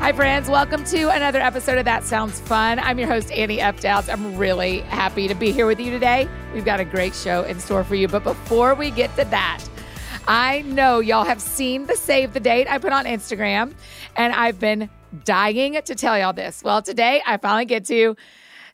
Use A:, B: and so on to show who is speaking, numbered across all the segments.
A: Hi, friends. Welcome to another episode of That Sounds Fun. I'm your host, Annie Updowns. I'm really happy to be here with you today. We've got a great show in store for you. But before we get to that, I know y'all have seen the save the date I put on Instagram, and I've been dying to tell y'all this. Well, today I finally get to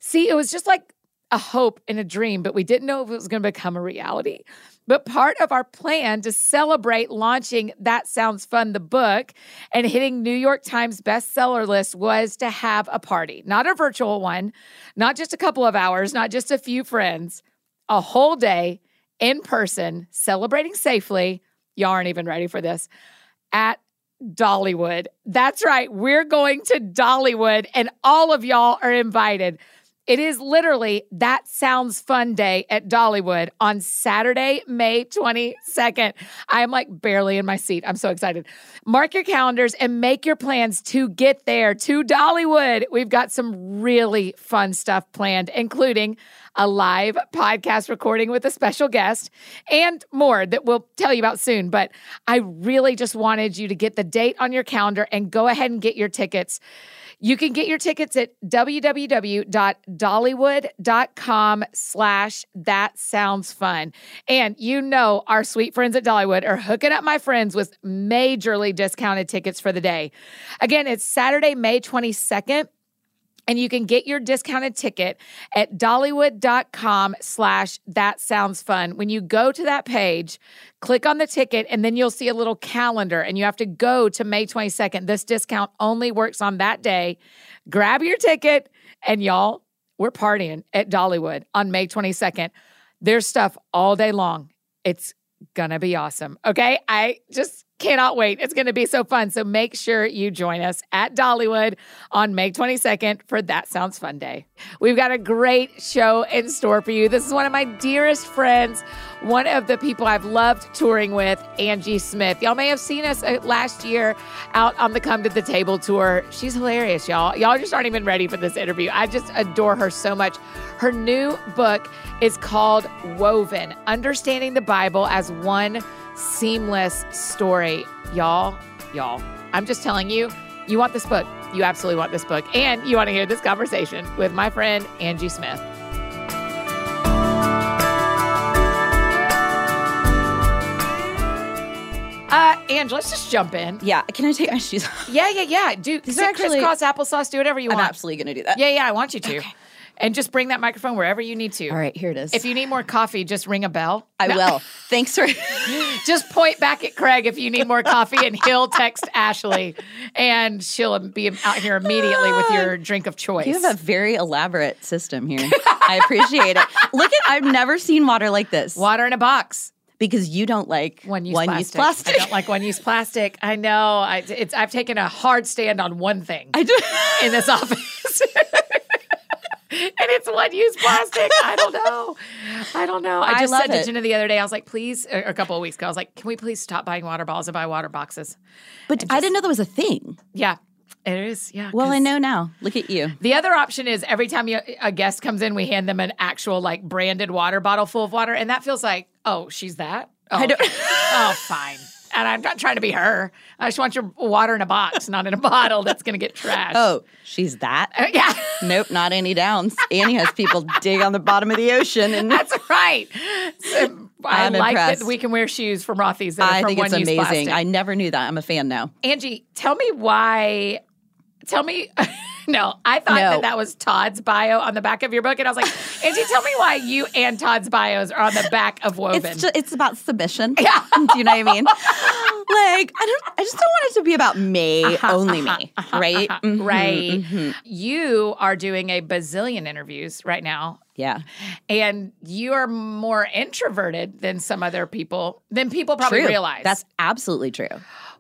A: see it was just like a hope and a dream, but we didn't know if it was going to become a reality. But part of our plan to celebrate launching That Sounds Fun, the book, and hitting New York Times bestseller list was to have a party, not a virtual one, not just a couple of hours, not just a few friends, a whole day in person, celebrating safely. Y'all aren't even ready for this at Dollywood. That's right. We're going to Dollywood, and all of y'all are invited. It is literally That Sounds Fun Day at Dollywood on Saturday, May 22nd. I am like barely in my seat. I'm so excited. Mark your calendars and make your plans to get there to Dollywood. We've got some really fun stuff planned, including a live podcast recording with a special guest and more that we'll tell you about soon. But I really just wanted you to get the date on your calendar and go ahead and get your tickets. You can get your tickets at www.dollywood.com slash that sounds fun. And you know our sweet friends at Dollywood are hooking up my friends with majorly discounted tickets for the day. Again, it's Saturday, May 22nd. And you can get your discounted ticket at dollywood.com slash that sounds fun. When you go to that page, click on the ticket, and then you'll see a little calendar, and you have to go to May 22nd. This discount only works on that day. Grab your ticket, and y'all, we're partying at Dollywood on May 22nd. There's stuff all day long. It's gonna be awesome. Okay. I just cannot wait. It's gonna be so fun. So make sure you join us at Dollywood on May 22nd for That Sounds Fun Day. We've got a great show in store for you. This is one of my dearest friends, one of the people I've loved touring with, Angie Smith. Y'all may have seen us uh, last year out on the Come to the Table tour. She's hilarious, y'all. Y'all just aren't even ready for this interview. I just adore her so much. Her new book is called Woven Understanding the Bible as One Seamless Story. Y'all, y'all, I'm just telling you, you want this book. You absolutely want this book. And you want to hear this conversation with my friend, Angie Smith. Uh, Ange, let's just jump in.
B: Yeah. Can I take my shoes off?
A: Yeah, yeah, yeah. Do
B: This is
A: sit
B: actually-
A: crisscross applesauce. Do whatever you
B: I'm
A: want.
B: absolutely going to do that.
A: Yeah, yeah. I want you to, and just bring that microphone wherever you need to.
B: All right, here it is.
A: If you need more coffee, just ring a bell.
B: I
A: No.
B: will. Thanks for.
A: Just point back at Craig if you need more coffee, and he'll text Ashley, and she'll be out here immediately with your drink of choice.
B: You have a very elaborate system here. I appreciate it. Look at, I've never seen water like this
A: Water in a box.
B: because you don't like
A: One use
B: one
A: plastic.
B: use plastic.
A: I don't like one use plastic. I know. I, it's, I've taken a hard stand on one thing
B: I do.
A: in this office. And it's one use plastic. I don't know. I don't know. I
B: I
A: just
B: love
A: said
B: it.
A: to Jenna the other day, I was like, please, or a couple of weeks ago, I was like, can we please stop buying water bottles and buy water boxes?
B: But I didn't know that was a thing.
A: Yeah, it is. Yeah.
B: Well, I
A: 'cause-
B: know now. Look at you.
A: The other option is every time you, a guest comes in, we hand them an actual like branded water bottle full of water, and that feels like, oh, she's that. Oh,
B: I don't-
A: oh, fine. And I'm not trying to be her. I just want your water in a box, not in a bottle that's going to get trashed. Uh,
B: Oh, she's that.
A: yeah.
B: Nope, not Annie Downs. Annie has people dig on the bottom of the ocean, and
A: That's right. So I
B: I'm
A: like
B: impressed.
A: that we can wear shoes from Rothy's that are
B: I
A: from
B: think it's
A: one-use
B: amazing.
A: plastic.
B: I never knew that. I'm a fan now.
A: Angie, tell me why. Tell me. no, I thought
B: No.
A: that that was Todd's bio on the back of your book, and I was like, Angie, tell me why you and Todd's bios are on the back of Woven.
B: It's ju- it's about submission.
A: Yeah.
B: do you know what I mean? like I don't. I just don't want it to be about me,
A: Uh-huh,
B: only me, right? Mhm,
A: right.
B: mhm.
A: You are doing a bazillion interviews right now.
B: Yeah.
A: And you are more introverted than some other people, than people probably
B: True.
A: realize.
B: That's absolutely true.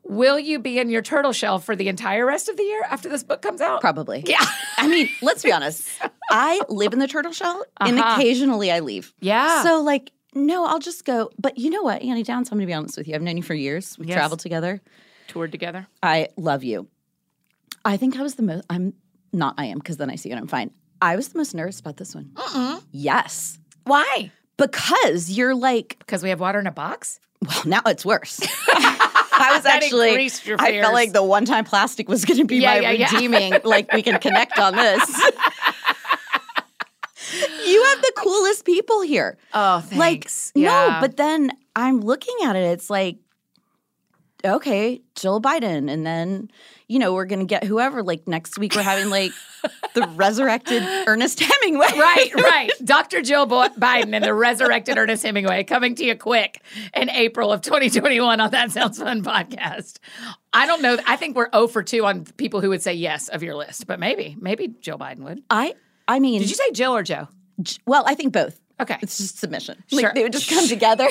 A: Will you be in your turtle shell for the entire rest of the year after this book comes out?
B: Probably.
A: Yeah.
B: I mean, let's be honest. I live in the turtle shell, and
A: Uh-huh.
B: occasionally I leave.
A: Yeah.
B: So like. No, I'll just go. But you know what, Annie Downs, I'm going to be honest with you. I've known you for years. We've
A: Yes.
B: traveled together.
A: toured together.
B: I love you. I think I was the most, I'm not, I am, because then I see it, I'm fine. I was the most nervous about this one. Yes.
A: Why?
B: Because you're like,
A: Because we have water in a box?
B: well, now it's worse. I was
A: That
B: actually,
A: increased your
B: I
A: fears.
B: felt like the one time plastic was going to be
A: Yeah,
B: my
A: yeah, yeah.
B: redeeming. Like, we can connect on this. you have the coolest people here.
A: Oh,
B: Like,
A: thanks.
B: no,
A: Yeah.
B: but then I'm looking at it. It's like, okay, Jill Biden. And then, you know, we're going to get whoever. Like, next week, we're having like the resurrected Ernest Hemingway.
A: Right, right. Dr. Jill Bo- Biden and the resurrected Ernest Hemingway coming to you quick in April of 2021 on That Sounds Fun podcast. I don't know. I think we're 0 for 2 on people who would say yes of your list, but maybe, maybe Jill Biden would.
B: I, I mean,
A: Did you say Jill or Joe?
B: j- well, I think both.
A: Okay.
B: It's just submission.
A: Sure.
B: Like, they would just come together.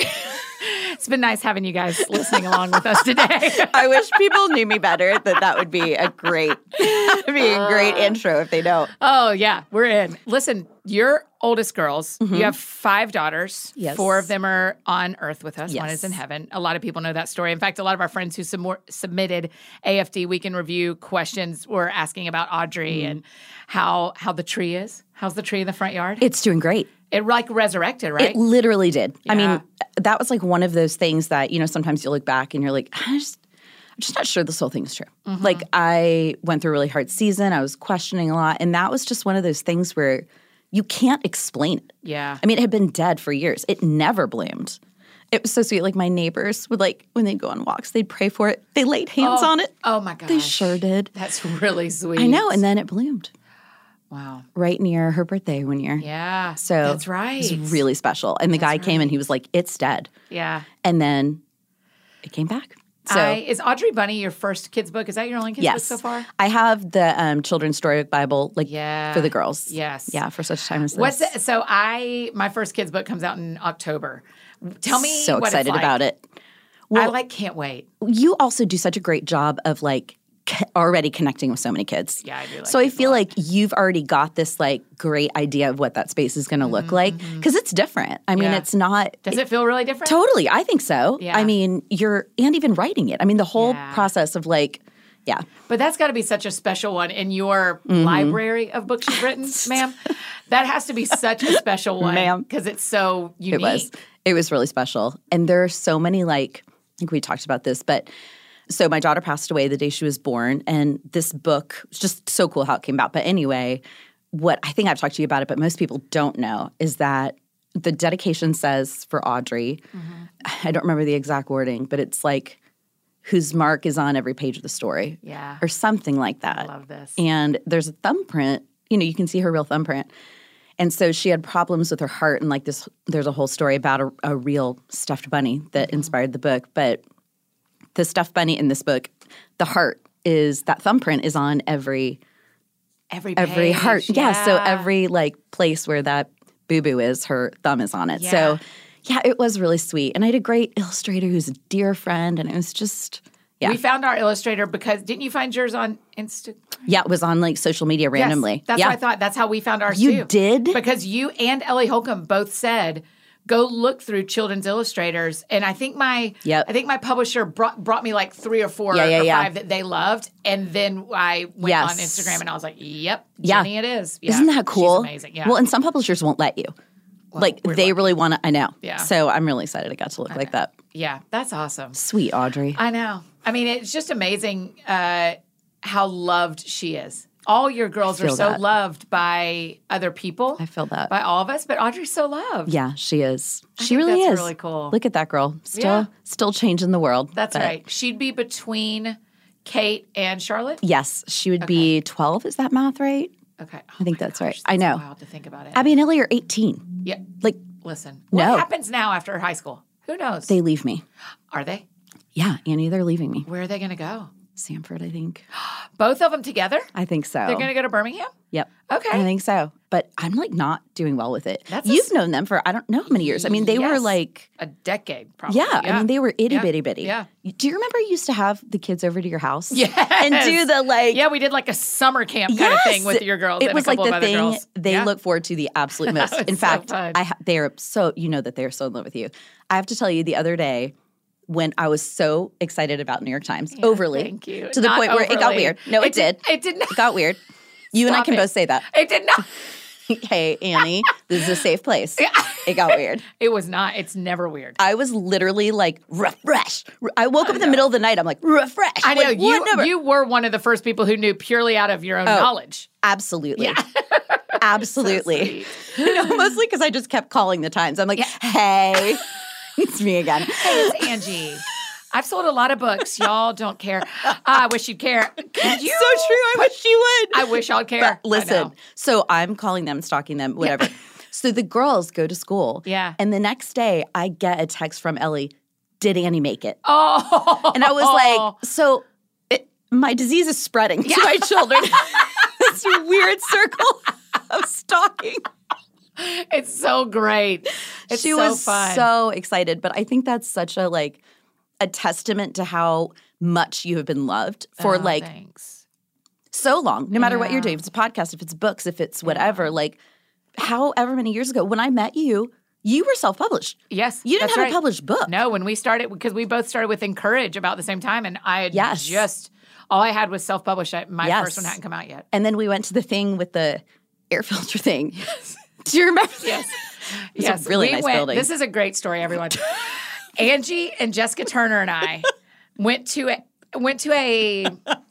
A: It's been nice having you guys listening along with us today.
B: I wish people knew me better. That that would be a great, that'd be a great intro if they don't.
A: Oh, yeah, we're in. Listen, your oldest girls, you have five daughters.
B: Mm-hmm. Yes.
A: Four of them are on earth with us, one is in
B: Yes.
A: heaven. A lot of people know that story. In fact, a lot of our friends who sum- submitted AFD Weekend Review questions were asking about Audrey
B: Mm-hmm.
A: and how how the tree is. How's the tree in the front yard? It,
B: It's doing great.
A: like resurrected, right?
B: It literally did.
A: Yeah.
B: I mean, that was like one of those things that you know sometimes you look back and you're like, I just, I'm just not sure this whole thing's true. Like I went through a really hard season. I was questioning a lot, and that was just one of those things where you can't explain it.
A: yeah.
B: I mean, it had been dead for years. It never bloomed. It was so sweet. Like my neighbors would like when they'd go on walks, they'd pray for it. They laid hands on it.
A: oh my gosh.
B: They sure did.
A: That's really sweet.
B: I know. And then it bloomed
A: Wow.
B: right near her birthday one year.
A: Yeah.
B: So
A: that's right.
B: It was really special. And the guy came and he was like, "It's dead,"
A: yeah.
B: and then it came back. So
A: I, is Audrey Bunny your first kids book? Is that your only kids book
B: yes,
A: so far?
B: I have the um, children's storybook Bible, like
A: Yeah.
B: for the girls.
A: Yes.
B: yeah, for such time as this.
A: What's it? So I my first kids book comes out in October. Tell me
B: so
A: what
B: excited
A: it's like.
B: about it.
A: I like can't wait.
B: You also do such a great job of like c- already connecting with so many kids.
A: Yeah, I do like
B: so I
A: kids a
B: feel like you've already got this like great idea of what that space is going to look like because it's different. I mean,
A: Mm-hmm. Yeah.
B: it's not
A: Does it feel really different?
B: Totally. I think so.
A: Yeah.
B: I mean, you're, and even writing it. I mean, the whole
A: Yeah.
B: process of like, yeah.
A: But that's got to be such a special one in your
B: Mm-hmm.
A: library of books you've written, ma'am. That has to be such a special one,
B: Ma'am.
A: because it's so unique.
B: It was. It was really special. And there are so many like I think we talked about this, but so my daughter passed away the day she was born and this book it's just so cool how it came about. But anyway, what I think I've talked to you about it, but most people don't know is that the dedication says for Audrey, I don't remember the exact wording, but it's like whose mark is on every page of the story.
A: Yeah.
B: Or something like that.
A: I love this.
B: And there's a thumbprint, you know, you can see her real thumbprint. And so she had problems with her heart and like this there's a whole story about a, a real stuffed bunny that
A: Mm-hmm.
B: inspired the book, but the stuffed bunny in this book, the heart is that thumbprint is on every
A: Every
B: every
A: page,
B: heart. Yeah. so
A: yeah.
B: every like place where that boo boo is, her thumb is on it.
A: Yeah.
B: So yeah, it was really sweet. And I had a great illustrator who's a dear friend and it was just yeah.
A: We found our illustrator because didn't you find yours on Insta?
B: yeah, it was on like social media
A: Yes,
B: randomly.
A: that's
B: yeah.
A: what I thought. That's how we found ours
B: You
A: too.
B: did?
A: Because you and Ellie Holcomb both said, go look through children's illustrators. And I think my
B: Yep.
A: I think my publisher brought brought me like three or four
B: Yeah, yeah,
A: or
B: yeah.
A: five that they loved. And then I went
B: Yes.
A: on Instagram and I was like, Yep,
B: Yeah.
A: Jenny it is. Yeah.
B: Isn't that cool?
A: She's amazing. Yeah.
B: Well, and some publishers won't let you. like they really want to. I know.
A: Yeah.
B: So I'm really excited I got to look like that.
A: yeah, that's awesome.
B: Sweet Audrey.
A: I know. I mean, it's just amazing uh, how loved she is. All your girls are
B: feel
A: so
B: that.
A: loved by other people.
B: I feel that.
A: by all of us, but Audrey's so loved.
B: yeah, she is. she
A: think
B: really
A: that's
B: is.
A: really cool.
B: Look at that girl. Still,
A: Yeah.
B: still changing the world.
A: That's
B: But
A: right. She'd be between Kate and Charlotte.
B: Yes, she would be 12. Is that math right?
A: Okay. Oh
B: I think
A: my
B: that's right.
A: gosh,
B: I know.
A: Wild to think about it.
B: Abby and Ellie are 18.
A: yeah.
B: Like
A: Listen.
B: No.
A: What happens now after high school? Who knows?
B: they leave me.
A: are they?
B: Yeah, Annie, they're leaving me.
A: Where are they going to go?
B: Sanford, I think.
A: Both of them together?
B: I think so.
A: They're going to go to Birmingham?
B: Yep.
A: Okay.
B: Oh. I think so. But I'm like not doing well with it.
A: That's a
B: You've known them for I don't know how many years. I mean, they were
A: Yes.
B: like
A: A decade, probably.
B: Yeah, I mean they were itty
A: Yeah.
B: bitty bitty.
A: Yeah.
B: Do you remember you used to have the kids over to your house?
A: Yes.
B: And do the like
A: Yeah, we did like a summer camp kind of thing
B: Yes!
A: with your girls.
B: It
A: and
B: was
A: a couple
B: like the
A: of other
B: thing
A: girls.
B: they
A: Yeah.
B: look forward to the absolute most.
A: was
B: In
A: so
B: fact,
A: fun.
B: I ha- they are so you know that they are so in love with you. I have to tell you, the other day when I was so excited about New York Times, overly,
A: thank you.
B: to the
A: Not
B: point where it got
A: overly.
B: weird. No, it,
A: It did-
B: did.
A: it did not-
B: It got weird. You and I
A: Stop
B: can
A: it.
B: both say that.
A: It did not.
B: hey, Annie, this is a safe place. It got weird.
A: It was not. It's never weird.
B: I was literally like, refresh. I woke up in the middle of the night. I'm like, refresh.
A: I know
B: Like, what
A: you.
B: number? Oh.
A: You were one of the first people who knew purely out of your own knowledge.
B: Absolutely.
A: Yeah.
B: Absolutely.
A: Sweet.
B: you know, mostly because I just kept calling the times. I'm like, hey, it's me again.
A: It's Angie. I've sold a lot of books. Y'all don't care. I wish you'd care. Could you?
B: so true. I wish she would.
A: I wish y'all care. I
B: But listen,
A: know.
B: so I'm calling them, stalking them, whatever. so the girls go to school.
A: Yeah.
B: And the next day, I get a text from Ellie, did Annie make it?
A: Oh.
B: And I was like, so it, my disease is spreading to my children. this weird circle of stalking.
A: it's so great. It's
B: she
A: so
B: was
A: fun.
B: so excited, but I think that's such a like a testament to how much you have been loved for
A: Oh,
B: like
A: thanks.
B: so long, no matter what
A: Yeah.
B: you're doing, if it's a podcast, if it's books, if it's whatever, like however many years ago, when I met you, you were self published.
A: Yes,
B: You didn't
A: that's
B: have
A: right.
B: a published book.
A: No, when we started, because we both started with Encourage about the same time, and I had
B: Yes.
A: just all I had was self published. My
B: Yes.
A: first one hadn't come out yet.
B: And then we went to the thing with the air filter thing. Do you remember? that?
A: Yes,
B: It's a
A: yes,
B: really
A: we
B: nice
A: went-
B: building.
A: This is a great story, everyone. Angie and Jessica Turner and I went to a went to a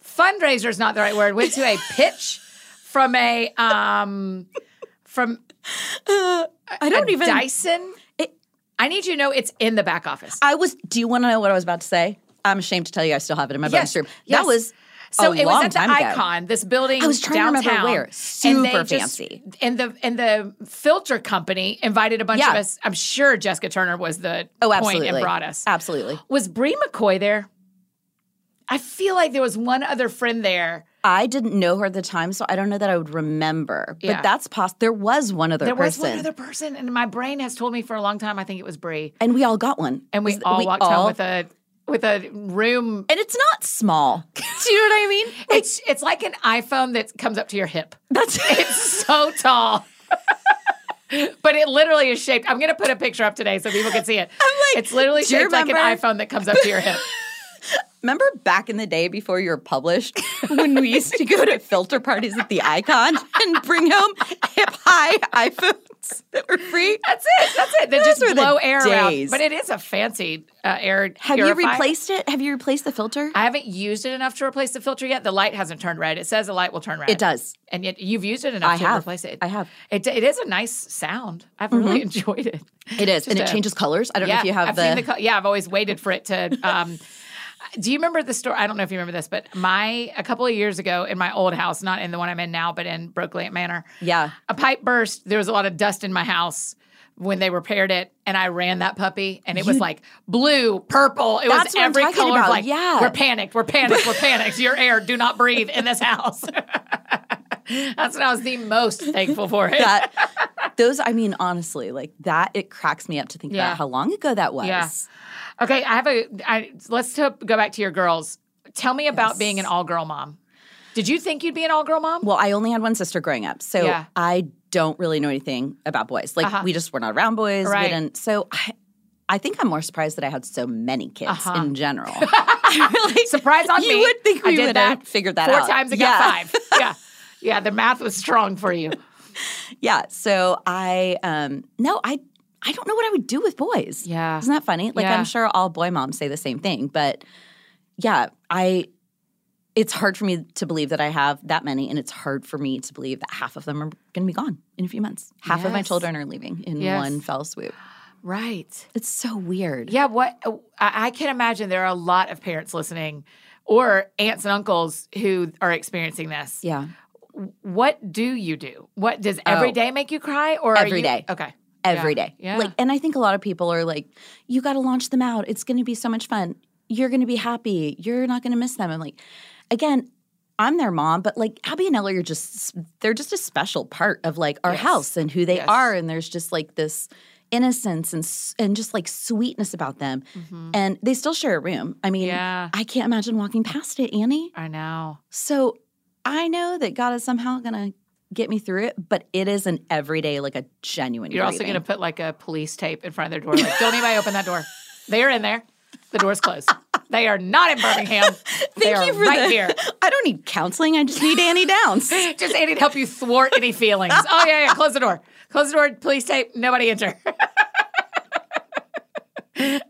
A: fundraiser is not the right word. Went to a pitch from a um from
B: I don't even.
A: Dyson.
B: It-
A: I need you to know it's in the back office.
B: I was. Do you want to know what I was about to say? I'm ashamed to tell you, I still have it in my
A: Yes,
B: bonus room.
A: yes.
B: That was
A: So
B: a
A: it
B: long
A: was at the
B: time ago.
A: Icon, this building.
B: I was trying to remember
A: downtown,
B: where.
A: and they
B: Super
A: just-
B: fancy.
A: And the and the filter company invited a bunch
B: Yeah.
A: of us. I'm sure Jessica Turner was the
B: Oh,
A: point
B: absolutely.
A: and brought us.
B: Absolutely.
A: Was Bree McCoy there? I feel like there was one other friend there.
B: I didn't know her at the time, so I don't know that I would remember.
A: Yeah.
B: But that's possible. There was one other
A: There was
B: person,
A: one other person, and my brain has told me for a long time. I think it was Bree,
B: and we all got one.
A: and we
B: Was-
A: all walked home with a with a room.
B: and it's not small. Do you know what I mean?
A: It's it's like an iPhone that comes up to your hip.
B: That's
A: It's so tall. but it literally is shaped. I'm going to put a picture up today so people can see it.
B: I'm like,
A: it's literally
B: do you
A: shaped like an
B: remember-
A: iPhone that comes up to your hip.
B: Remember back in the day before you were published, when we used to go to filter parties at the Icon and bring home hip high iPhones that were free?
A: That's it. That's it. They just
B: were the
A: blow air around.
B: days.
A: But it is a fancy uh, air.
B: Have you
A: purifier.
B: replaced it? Have you replaced the filter?
A: I haven't used it enough to replace the filter yet. The light hasn't turned red. It says the light will turn red.
B: it does.
A: And yet you've used it enough
B: I
A: to
B: have.
A: replace it.
B: I have.
A: It, it is a nice sound. I've really enjoyed it.
B: It is, and
A: Just
B: it
A: a-
B: changes colors. I don't know if you have
A: I've
B: the.
A: seen the co- yeah, I've always waited for it to. Um, do you remember the story? I don't know if you remember this, but my a couple of years ago in my old house, not in the one I'm in now, but in Brooklyn Manor,
B: yeah.
A: a pipe burst. There was a lot of dust in my house when they repaired it, and I ran that puppy, and it was like blue, purple. It was
B: That's what I'm
A: every
B: talking
A: color. of,
B: about,
A: Like,
B: yeah.
A: we're panicked. We're panicked. we're panicked. Your air, do not breathe in this house. That's when I was the most thankful for it.
B: that those i mean honestly like that it cracks me up to think
A: Yeah.
B: about how long ago that was
A: Yeah. Okay, I have a. I, let's to go back to your girls. Tell me about being an all girl mom. Did you think you'd be an all girl mom?
B: well i only had one sister growing up so
A: Yeah.
B: i don't really know anything about boys like
A: Uh-huh.
B: we just were not around boys
A: Right.
B: we didn't so i I think I'm more surprised that I had so many kids
A: Uh-huh.
B: in general.
A: Surprise on
B: you
A: me.
B: would think
A: I
B: we
A: did
B: would
A: that
B: have figured that
A: Four
B: out.
A: times, I
B: yeah.
A: got five. Yeah, yeah. The math was strong for you.
B: Yeah. So I, um, no, I, I don't know what I would do with boys.
A: Yeah.
B: Isn't that funny? Like
A: Yeah.
B: I'm sure all boy moms say the same thing, but yeah, I it's hard for me to believe that I have that many and it's hard for me to believe that half of them are going to be gone in a few months. Half of my
A: Yes.
B: children are leaving in
A: Yes.
B: one fell swoop.
A: Right.
B: It's so weird.
A: Yeah. What uh, I, I can imagine there are a lot of parents listening, or aunts and uncles who are experiencing this.
B: Yeah.
A: What do you do? What does every
B: Oh.
A: day make you cry? Or
B: Every
A: are you,
B: day.
A: Okay.
B: Every
A: Yeah.
B: day.
A: Yeah.
B: Like and I think a lot of people are like you got to launch them out. It's going to be so much fun. You're going to be happy. You're not going to miss them. I'm like again, I'm their mom, but like Abby and Ellie are just they're just a special part of like our
A: Yes.
B: house and who they
A: Yes.
B: are and there's just like this innocence and s- and just like sweetness about them. And they still share a room. I mean,
A: Mm-hmm. Yeah.
B: I can't imagine walking past it, Annie.
A: I know.
B: So I know that God is somehow going to get me through it, but it is an everyday like a genuine
A: You're also
B: grieving.
A: going to put like a police tape in front of their door. Like, don't anybody open that door. They are in there. The door's closed. They are not in Birmingham. they are
B: Thank you for
A: right
B: the-
A: here.
B: I don't need counseling. I just need Annie Downs.
A: Just Annie to help you thwart any feelings. Oh yeah, yeah. Close the door. Close the door. Police tape. Nobody enter.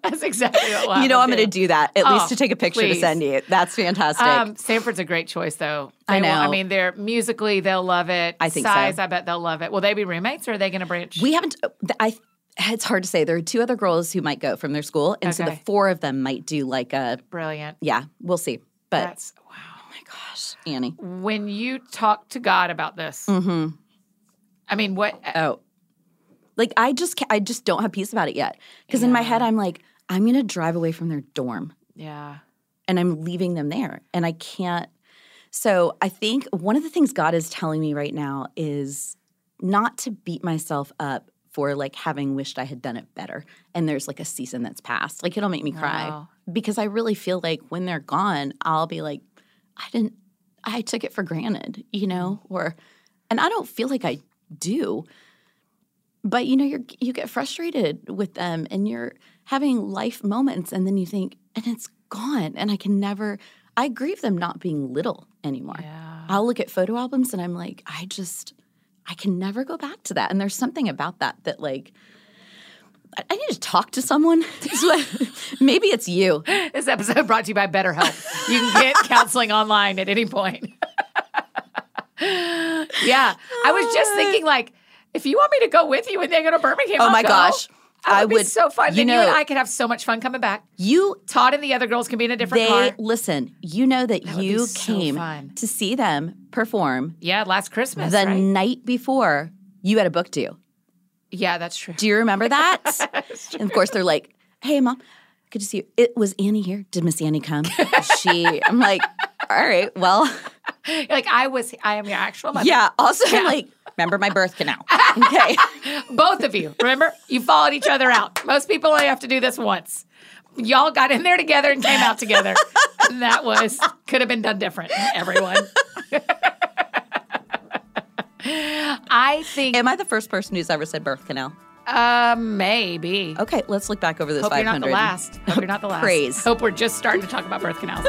A: That's exactly what. will
B: You know, I'm
A: happen
B: going to
A: to
B: do that at
A: Oh,
B: least to take a picture
A: please.
B: to send you. That's fantastic.
A: Um, Sanford's a great choice, though. They
B: I
A: will- I
B: know.
A: mean, they're musically, they'll love it.
B: I think so.
A: size. I bet they'll love it. Will they be roommates, or are they going to branch?
B: we haven't. uh, I. It's hard to say. There are two other girls who might go from their school, and so the
A: Okay.
B: four of them might do like a.
A: Brilliant.
B: Yeah, we'll see. But
A: That's
B: oh my gosh, Annie. Mm-hmm.
A: when you talk to God about this.
B: Mm.
A: I mean, what? uh,
B: Oh, like I just ca- I just don't have peace about it yet because in my head I'm like I'm going to drive away from their dorm
A: Yeah.
B: and I'm leaving them there and I can't. So I think one of the things God is telling me right now is not to beat myself up for like having wished I had done it better. And there's like a season that's passed. Like it'll make me cry
A: Wow.
B: because I really feel like when they're gone, I'll be like, I didn't, I took it for granted, you know,
A: Mm-hmm.
B: or, and I don't feel like I do. But you know, you're you get frustrated with them, and you're having life moments, and then you think, and it's gone, and I can never. I grieve them not being little anymore.
A: Yeah.
B: I'll look at photo albums and I'm like, I just, I can never go back to that. And there's something about that that, like, I, I need to talk to someone. Is what- Maybe it's you.
A: This episode brought to you by BetterHelp. You can get counseling online at any point. yeah. I was just thinking, like, if you want me to go with you and they go to Birmingham,
B: Uh, Oh
A: I'll
B: my
A: go.
B: gosh.
A: That
B: I
A: would, be
B: would-
A: so fun.
B: you
A: and you and
B: know-
A: I could have so much fun coming back.
B: You,
A: Todd and the other girls can be in a different
B: they,
A: car.
B: listen, you know that,
A: would be
B: you
A: so
B: came
A: fun.
B: to see them perform
A: Yeah, last Christmas.
B: the
A: right?
B: night before you had a book due.
A: yeah, that's true.
B: Do you remember that? and of course, they're like, hey, mom, good to see you. It was Annie here. Did Miss Annie come? she, I'm like, all right, well.
A: Like I was, I am your actual mother.
B: Yeah. Also, like, remember my birth canal. Okay.
A: Both of you, remember? You followed each other out. Most people only have to do this once. Y'all got in there together and came out together. And that was, could have been done different, everyone. I think,
B: Am I the first person who's ever said birth canal?
A: uh, maybe.
B: Okay, let's look back over this
A: Hope you're
B: 500.
A: not the last. Hope you're not the last.
B: Praise.
A: Hope we're just starting to talk about birth canals.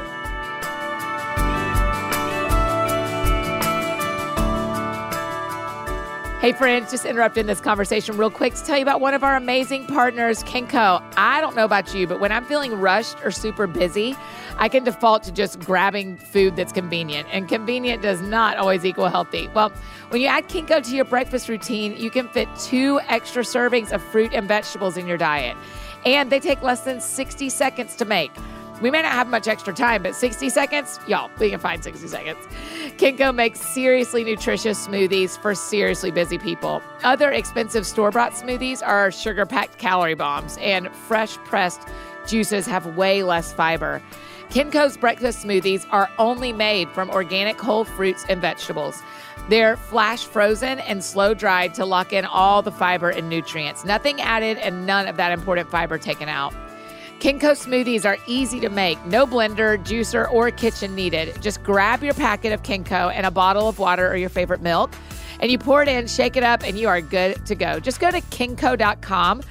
A: Hey friends, just interrupting this conversation real quick to tell you about one of our amazing partners, Kinko. I don't know about you, but when I'm feeling rushed or super busy, I can default to just grabbing food that's convenient, and convenient does not always equal healthy. Well, when you add Kinko to your breakfast routine, you can fit two extra servings of fruit and vegetables in your diet, and they take less than 60 seconds to make. We may not have much extra time, but 60 seconds, y'all, we can find 60 seconds. Kinko makes seriously nutritious smoothies for seriously busy people. Other expensive store bought smoothies are sugar packed calorie bombs, and fresh pressed juices have way less fiber. Kinko's breakfast smoothies are only made from organic whole fruits and vegetables. They're flash frozen and slow dried to lock in all the fiber and nutrients. Nothing added and none of that important fiber taken out. Kinko smoothies are easy to make, no blender, juicer, or kitchen needed. Just grab your packet of Kinko and a bottle of water or your favorite milk, and you pour it in, shake it up, and you are good to go. Just go to kinko.com,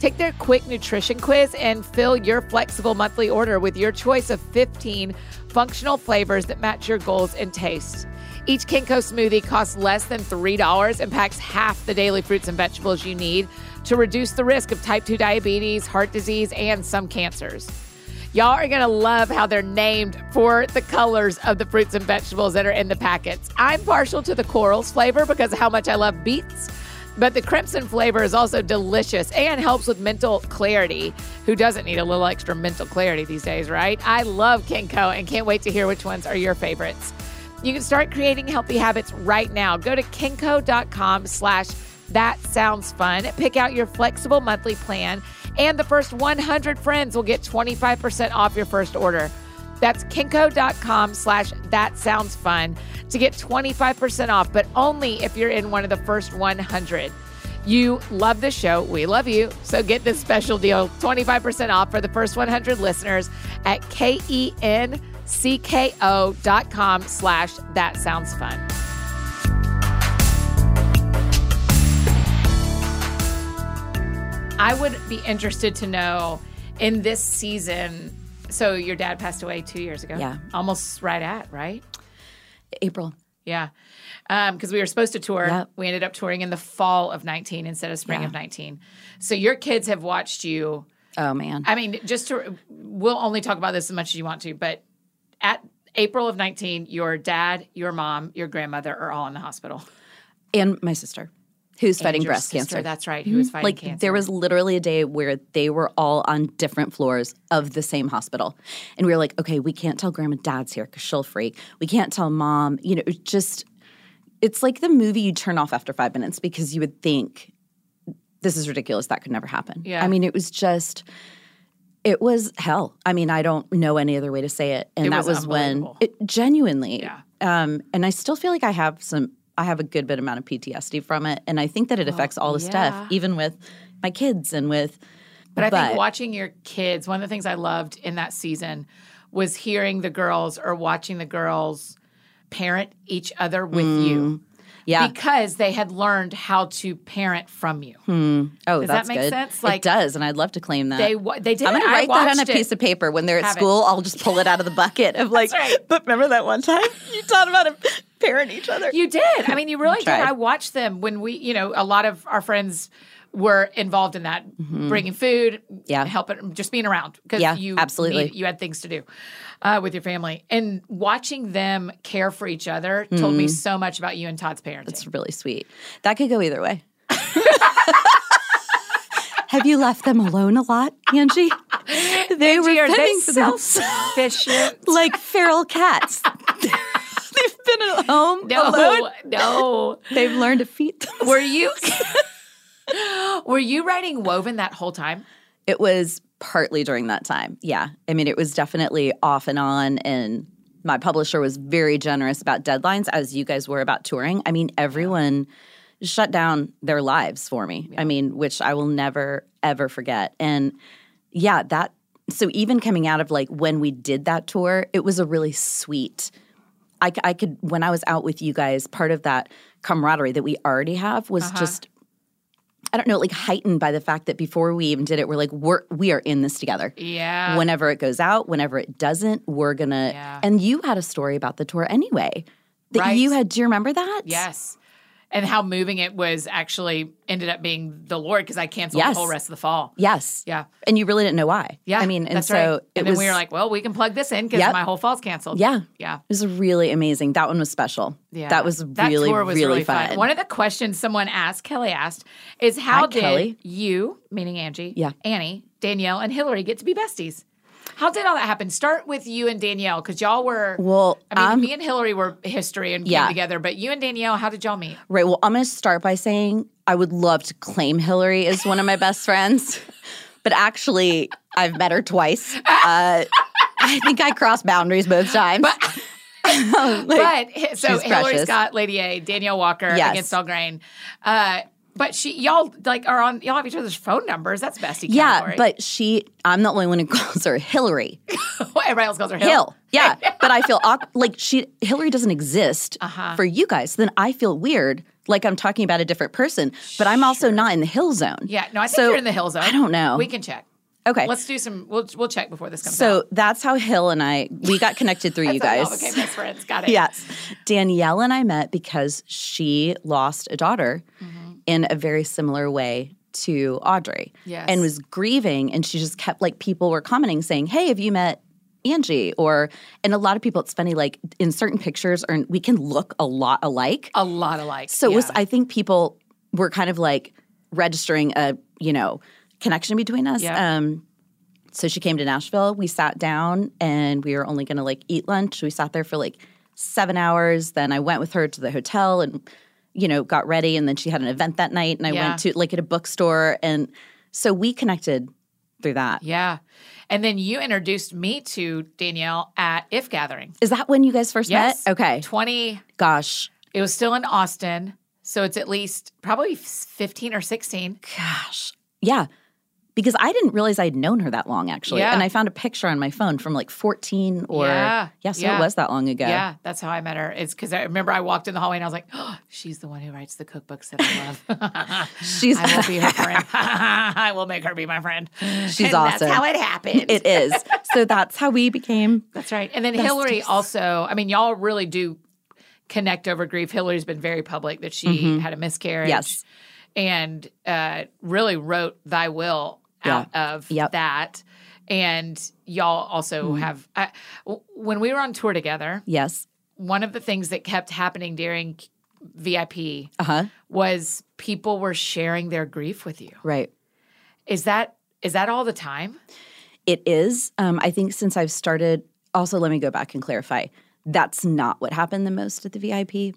A: take their quick nutrition quiz, and fill your flexible monthly order with your choice of 15 functional flavors that match your goals and tastes. Each Kinko smoothie costs less than $3 and packs half the daily fruits and vegetables you need to reduce the risk of type 2 diabetes, heart disease, and some cancers. Y'all are gonna love how they're named for the colors of the fruits and vegetables that are in the packets. I'm partial to the corals flavor because of how much I love beets, but the crimson flavor is also delicious and helps with mental clarity. Who doesn't need a little extra mental clarity these days, right? I love Kinko and can't wait to hear which ones are your favorites. You can start creating healthy habits right now. Go to kinko.com slash that sounds fun. Pick out your flexible monthly plan, and the first 100 friends will get 25% off your first order. That's kinko.com slash that sounds fun to get 25% off, but only if you're in one of the first 100. You love the show. We love you. So get this special deal 25% off for the first 100 listeners at E kenco dot com slash that sounds fun. I would be interested to know in this season so your dad passed away two years ago.
B: Yeah.
A: almost right at right.
B: April.
A: Yeah, because we were supposed to tour.
B: Yep.
A: We ended up touring in the fall of nineteen instead of spring of nineteen. So your kids have watched you.
B: Oh man.
A: I mean, just to we'll only talk about this as much as you want to, but at April of nineteen, your dad, your mom, your grandmother are all in the hospital.
B: and my sister, who's fighting
A: Your
B: breast
A: sister,
B: cancer. Mm-hmm.
A: That's right. Who is fighting
B: like
A: cancer?
B: there was literally a day where they were all on different floors of the same hospital and we were like okay we can't tell grandma dad's here because she'll freak we can't tell mom you know it just it's like the movie you turn off after five minutes because you would think this is ridiculous that could never happen
A: Yeah.
B: i mean it was just it was hell i mean i don't know any other way to say it and
A: It
B: that
A: was
B: was, when
A: unbelievable.
B: it genuinely
A: Yeah.
B: um and i still feel like i have some i have a good bit amount of ptsd from it and i think that it affects all the
A: Oh, yeah.
B: stuff even with my kids and with
A: But I think watching your kids, one of the things I loved in that season was hearing the girls or watching the girls parent each other with you
B: Mm. yeah
A: because they had learned how to parent from you.
B: oh
A: does that
B: that's
A: make
B: good
A: sense?
B: it
A: Like-
B: does and i'd love to claim that
A: They wa- they did.
B: i'm
A: it.
B: going to
A: I
B: write that on a
A: watched it.
B: piece of paper when they're at
A: Have it.
B: school i'll just pull it out of the bucket of like
A: right.
B: but remember that one time you taught them how to parent each other
A: You did. I mean, you really did.
B: Tried.
A: I watched them when we, you know, a lot of our friends were involved in that, bringing food,
B: Mm-hmm. Yeah.
A: helping, just being around because
B: Yeah,
A: you
B: absolutely.
A: needed- you had things to do uh, with your family, and watching them care for each other told me
B: Mm-hmm.
A: so much about you and Todd's parenting.
B: it's really sweet that could go either way have you left them alone a lot angie they were
A: Are they
B: fending for
A: self
B: themselves
A: sufficient?
B: like feral cats. They've been at home alone.
A: No, no.
B: They've learned to feed them.
A: Were you were you writing woven that whole time?
B: It was partly during that time. Yeah. I mean, it was definitely off and on. And my publisher was very generous about deadlines, as you guys were about touring. I mean, everyone shut down their lives for me. I mean, which I will never, ever forget. And yeah, that. So even coming out of like when we did that tour, it was a really sweet I, c- I could when I was out with you guys, part of that camaraderie that we already have was
A: Uh-huh.
B: just I don't know, like heightened by the fact that before we even did it, we're like we're we are in this together.
A: Yeah.
B: Whenever it goes out, whenever it doesn't, we're gonna.
A: Yeah.
B: And you had a story about the tour anyway. That
A: Right.
B: you had. Do you remember that?
A: yes. And how moving it was actually ended up being the Lord because I canceled the
B: Yes.
A: whole rest of the fall.
B: Yes.
A: Yeah.
B: And you really didn't know why.
A: Yeah.
B: I mean, and
A: that's
B: so
A: right.
B: it
A: and
B: was.
A: then we were like, well, we can plug this in because
B: Yep.
A: my whole fall's canceled.
B: yeah.
A: Yeah.
B: It was really amazing. That one was special.
A: Yeah.
B: That was
A: That
B: really,
A: tour was
B: really,
A: fun.
B: fun.
A: One of the questions someone asked, Kelly asked, is how
B: Hi,
A: did
B: Kelly.
A: you, meaning Angie,
B: Yeah.
A: Annie, Danielle, and Hillary get to be besties? How did all that happen? Start with you and Danielle because y'all were.
B: Well,
A: I mean,
B: I'm-
A: me and Hillary were history and
B: Yeah.
A: came together, but you and Danielle, how did y'all meet?
B: Right. Well, I'm going to start by saying I would love to claim Hillary as one of my best friends, but actually, I've met her twice. Uh, I think I crossed boundaries both times.
A: But hi- so
B: she's
A: Hillary
B: precious.
A: Scott, Lady A, Danielle Walker
B: Yes.
A: against Al Grain. Uh, but she, y'all like are on. Y'all have each other's phone numbers. That's bestie.
B: yeah,
A: category.
B: but she, I'm the only one who calls her Hillary.
A: everybody else calls her Hill.
B: Hill. Yeah. But I feel awk- like she, Hillary doesn't exist
A: Uh-huh.
B: for you guys. Then I feel weird, like I'm talking about a different person, but I'm also not in the Hill zone.
A: Yeah, no, I think
B: So,
A: you're in the hill zone.
B: I don't know.
A: We can check.
B: Okay.
A: Let's do some. We'll we'll check before this comes out.
B: so that's how Hill and I, we got connected through you
A: So we all
B: guys.
A: became best friends. Got it.
B: Yes. Danielle and I met because she lost a daughter
A: Mm-hmm.
B: in a very similar way to Audrey.
A: Yes.
B: And was grieving and she just kept like people were commenting saying, Hey, have you met Angie? Or and a lot of people, it's funny, like in certain pictures or in- we can look a lot alike.
A: a lot alike.
B: So it was
A: yeah.
B: I think people were kind of like registering a, you know, connection between us.
A: Yeah.
B: Um so she came to Nashville. We sat down and we were only gonna like eat lunch. We sat there for like seven hours. Then I went with her to the hotel and, you know, got ready and then she had an event that night and I
A: Yeah.
B: went to like at a bookstore and so we connected through that. Is
A: yeah. And then you introduced me to Danielle at If Gathering.
B: that when you guys first
A: Yes.
B: met? Okay.
A: Twenty.
B: Gosh.
A: It was still in Austin, so it's at least probably fifteen or sixteen.
B: Gosh. Yeah. because I didn't realize I had known her that long actually.
A: Yeah.
B: And I found a picture on my phone from like 14 or
A: Yeah,
B: yeah, so
A: yeah.
B: it was that long ago.
A: Yeah, that's how I met her. It's because I remember I walked in the hallway and I was like, oh, she's the one who writes the cookbooks that I love.
B: She's
A: I will be her friend. I will make her be my friend. And
B: awesome.
A: That's how it happened.
B: it is. So that's how we became
A: that's right. And then Hillary also, I mean, y'all really do connect over grief. Hillary's been very public that she had a miscarriage.
B: Mm-hmm. Yes.
A: And uh, really wrote Thy Will out of
B: Yep. Mm-hmm.
A: that. And y'all also have, I, w- when we were on tour together,
B: yes.
A: one of the things that kept happening during VIP
B: Uh-huh.
A: was people were sharing their grief with you.
B: Right.
A: Is that is that all the time?
B: It is. Um, I think since I've started, also, let me go back and clarify. That's not what happened the most at the VIP.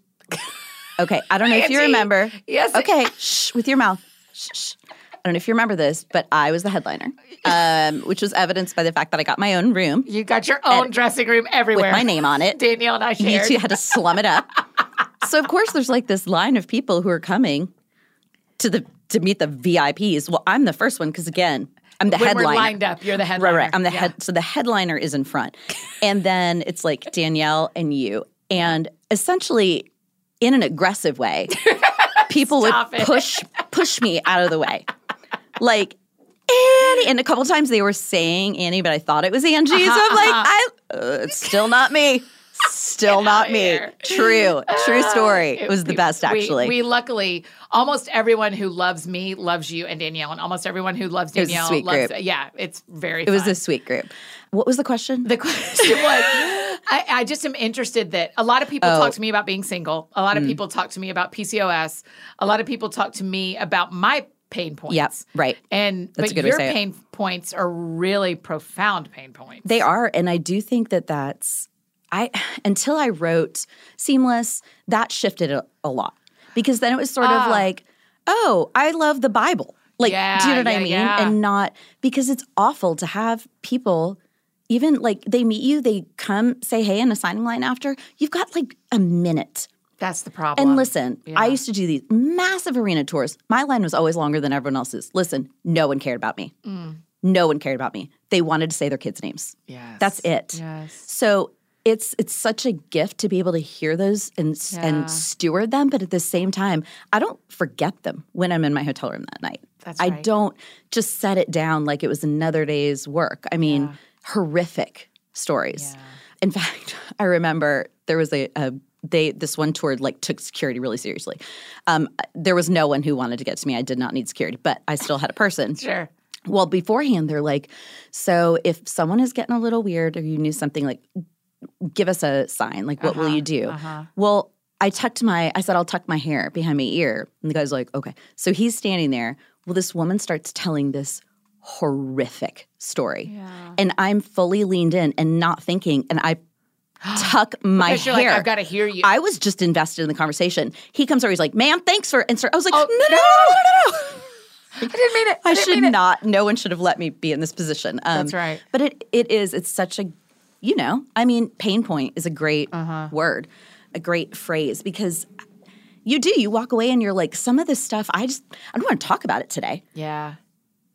B: Okay. I don't know if you
A: Angie.
B: remember.
A: Yes.
B: Okay. Shh, with your mouth. Shh, shh. I don't know if you remember this, but I was the headliner, um, which was evidenced by the fact that I got my own room
A: You got your own dressing room everywhere.
B: with my name on it.
A: Danielle and I
B: You
A: shared.
B: two had to slum it up. So of course, there's like this line of people who are coming to the to meet the VIPs. Well, I'm the first one because again, I'm the
A: when
B: headliner.
A: we're lined up, you're the headliner.
B: Right, right. I'm the
A: Yeah.
B: head. So the headliner is in front, and then it's like Danielle and you, and essentially, in an aggressive way, people would
A: Stop it.
B: push push me out of the way, like Annie. And a couple times they were saying Annie, but I thought it was Angie. so I'm like,
A: Uh-huh,
B: I, uh, it's still not me. Still not me.
A: here. Oh,
B: True, true story. It,
A: It-
B: was the
A: we-
B: best,
A: we-
B: actually.
A: We, luckily almost everyone who loves me loves you and Danielle, and almost everyone who loves
B: It was a
A: Danielle
B: sweet
A: loves.
B: group.
A: Yeah, it's very.
B: it was
A: fun.
B: a sweet group. What was the question?
A: The question was, I, I just am interested that a lot of people talk
B: Oh.
A: to me about being single. A
B: Mm.
A: lot of people talk to me about PCOS. A lot of people talk to me about my pain points.
B: yep, right.
A: And
B: That's
A: but
B: a good way
A: your
B: to say it.
A: pain points are really profound pain points.
B: They are, and I do think that that's I until I wrote Seamless, that shifted a, a lot because then it was sort of like, oh, I love the Bible, like do you
A: Ah. Yeah,
B: know what
A: yeah,
B: I mean?
A: yeah.
B: And not because it's awful to have people. Even like they meet you, they come say hey and a signing line after. You've got like a minute.
A: That's the problem.
B: And listen, I used to do these massive arena tours. My line was always longer than everyone else's. Listen, no one cared about me.
A: Mm.
B: No one cared about me. They wanted to say their kids' names.
A: yes.
B: That's it.
A: Yes.
B: So it's it's such a gift to be able to hear those and s
A: Yeah.
B: and steward them, but at the same time, I don't forget them when I'm in my hotel room that night.
A: That's
B: I
A: right.
B: don't just set it down like it was another day's work. I mean, horrific stories. In fact, I remember there was a, a they this one tour like took security really seriously. Um, there was no one who wanted to get to me. I did not need security, but I still had a person.
A: Sure.
B: Well, beforehand, they're like, so if someone is getting a little weird or you knew something, like, give us a sign. Like, what will
A: Uh-huh,
B: you do? Well, I tucked my, I said, I'll tuck my hair behind my ear. And the guy's like, okay. So he's standing there. Well, this woman starts telling this horrific story. And I'm fully leaned in and not thinking. And I tuck my
A: Because
B: hair.
A: you're like, I've got to hear you.
B: I was just invested in the conversation. He comes over, he's like, ma'am, thanks for, and so I was like, no, no,
A: Oh, no.
B: no, no, no, no.
A: I didn't mean it.
B: I should not. No one should have let me be in this position. Um,
A: That's right.
B: But it it is. It's such a, you know, I mean, pain point is a great
A: Uh-huh.
B: word, a great phrase because you do. You walk away and you're like, some of this stuff. I just I don't want to talk about it today.
A: Yeah.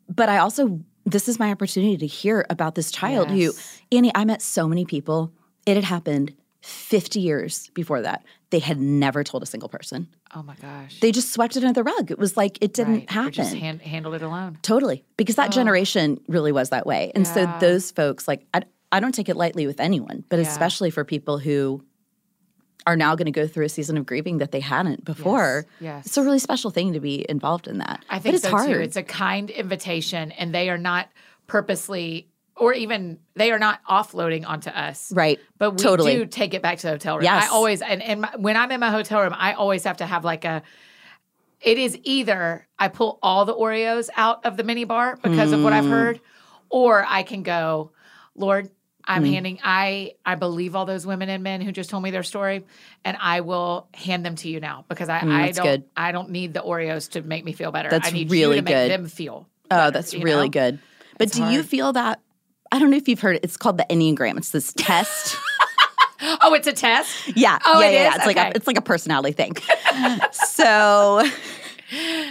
B: But I also this is my opportunity to hear about this child
A: Yes.
B: who, Annie. I met so many people. It had happened. 50 years before that, they had never told a single person.
A: Oh my gosh.
B: They just swept it under the rug. It was like it didn't
A: Right. Or
B: happen.
A: Just hand, handle it alone.
B: Totally, because
A: Oh.
B: that generation really was that way, and so those folks, like, I, I don't take it lightly with anyone, but especially for people who are now going to go through a season of grieving that they hadn't before.
A: Yes.
B: it's a really special thing to be involved in that.
A: I
B: but
A: think
B: it's
A: so
B: hard.
A: too. It's a kind invitation, and they are not purposely or even they are not offloading onto us.
B: right,
A: But we
B: Totally.
A: do take it back to the hotel room.
B: Yes.
A: I always and, and my, when I'm in my hotel room, I always have to have like a. It is either I pull all the Oreos out of the mini bar because of what
B: Mm.
A: I've heard, or I can go, Lord, I'm
B: Mm.
A: handing I I believe all those women and men who just told me their story, and I will hand them to you now because I I
B: Mm, that's
A: don't
B: good.
A: I don't need the Oreos to make me feel better.
B: That's
A: I need
B: really
A: you to make
B: good.
A: them feel.
B: oh, that's
A: you
B: really
A: know?
B: good. But do you feel that? I don't know if you've heard it. It's called the Enneagram. It's this test.
A: Oh, it's a test.
B: yeah.
A: Oh,
B: yeah,
A: it
B: yeah, yeah.
A: is?
B: It's
A: Okay.
B: like a, it's like a personality thing. so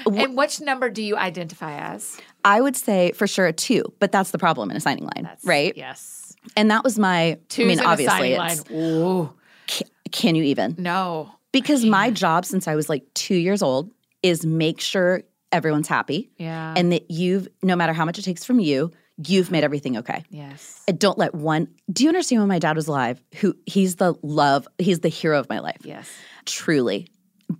A: And which number do you identify as?
B: I would say for sure a two, but that's the problem in a signing line,
A: That's-
B: right?
A: Yes.
B: And that was my.
A: Two's
B: I mean,
A: in
B: obviously,
A: a signing
B: it's,
A: line. Ooh,
B: ca- can you even?
A: no.
B: Because my job since I was like two years old is make sure everyone's happy
A: Yeah.
B: and that you've, no matter how much it takes from you, you've made everything okay.
A: yes.
B: And don't let one. Do you understand when my dad was alive? Who he's the love, he's the hero of my life,
A: Yes.
B: truly.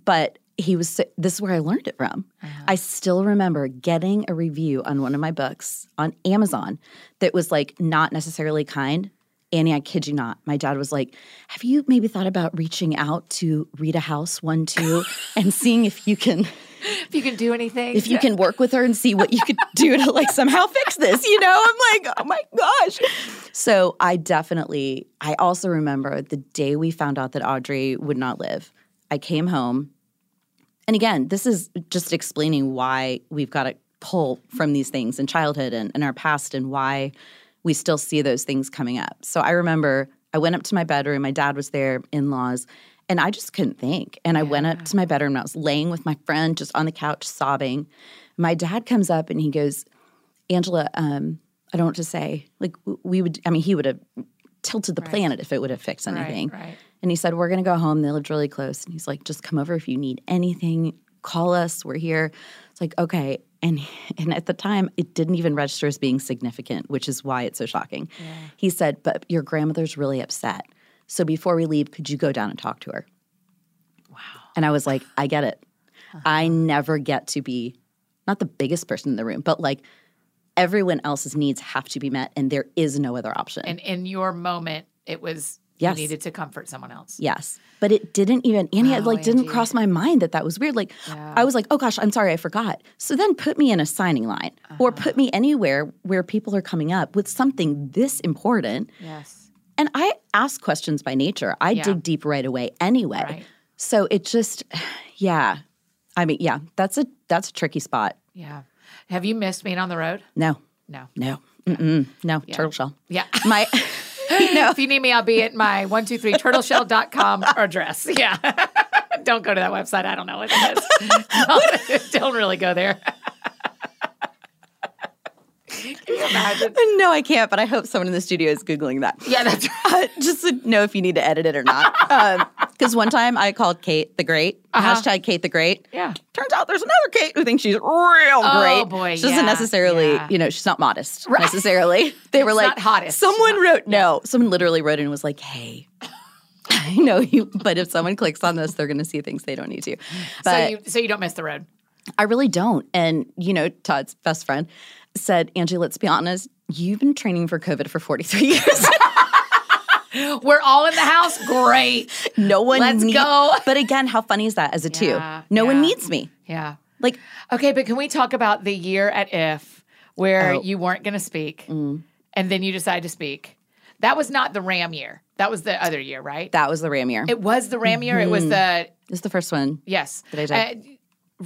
B: But he was. so- This is where I learned it from. I still remember getting a review on one of my books on Amazon that was like not necessarily kind. Annie, I kid you not. My dad was like, "Have you maybe thought about reaching out to Rita House one two and seeing if you can?"
A: If you can do anything.
B: if you can work with her and see what you could do to like somehow fix this you know i'm like oh my gosh so i definitely i also remember the day we found out that audrey would not live i came home and again this is just explaining why we've got to pull from these things in childhood and, and our past and why we still see those things coming up so i remember i went up to my bedroom my dad was there in-laws and i just couldn't think and i went up to my bedroom and i was laying with my friend just on the couch sobbing my dad comes up and he goes angela um, i don't know what to say like w- we would i mean he would have tilted the planet if it would have fixed anything
A: right.
B: and he said, We're going to go home. They lived really close. And he's like, Just come over if you need anything. Call us. We're here. It's like, okay. And, and at the time, it didn't even register as being significant, which is why it's so shocking. He said, But your grandmother's really upset. So before we leave, could you go down and talk to her? Wow. And I was like, I get it. I never get to be not the biggest person in the room, but like everyone else's needs have to be met, and there is no other option.
A: and in your moment, it was
B: Yes.
A: you needed to comfort someone else.
B: Yes, but it didn't even Annie. it
A: Wow,
B: like didn't
A: Angie.
B: cross my mind that that was weird. Like I was like, oh gosh, I'm sorry, I forgot. So then put me in a signing line or
A: Uh-huh.
B: put me anywhere where people are coming up with something this important.
A: Yes.
B: And I ask questions by nature. I
A: Yeah.
B: dig deep right away anyway.
A: Right.
B: So it just, yeah. I mean, yeah, that's a that's a tricky spot.
A: Yeah. Have you missed being on the road?
B: No,
A: No.
B: no, Mm-mm, no turtle shell.
A: Yeah.
B: My
A: If you need me, I'll be at my 123turtleshell.com address. Yeah. don't go to that website. I don't know what it is. don't, don't really go there. Can you imagine?
B: no, I can't. But I hope someone in the studio is googling that.
A: Yeah, that's right.
B: Uh, just to know if you need to edit it or not. Because one time I called Kate the Great, hashtag Kate the Great.
A: Uh-huh. Yeah. Oh,
B: Turns out there's another Kate who thinks she's real great.
A: boy,
B: She
A: yeah,
B: doesn't necessarily,
A: yeah.
B: you know, she's not modest necessarily. They were like,
A: not hottest.
B: someone wrote, no, someone literally wrote in and was like, hey, I know you, but if someone clicks on this, they're going to see things they don't need to. But
A: so you so you don't miss the road.
B: I really don't. And, you know, Todd's best friend said, Angie, let's be honest, you've been training for COVID for 43 years.
A: We're all in the house. Great.
B: No one
A: Let's
B: need-
A: go.
B: But again, how funny is that as a
A: Yeah,
B: two? No one
A: yeah.
B: needs me.
A: Yeah.
B: Like,
A: Okay, but can we talk about the year at IF where
B: Oh.
A: you weren't going to speak and then you decide to speak? That was not the Ram year. That Mm-hmm. was the other year, right?
B: that was the Ram year. It
A: it was the Ram year. It was the,
B: was the first one.
A: yes.
B: That I
A: Uh,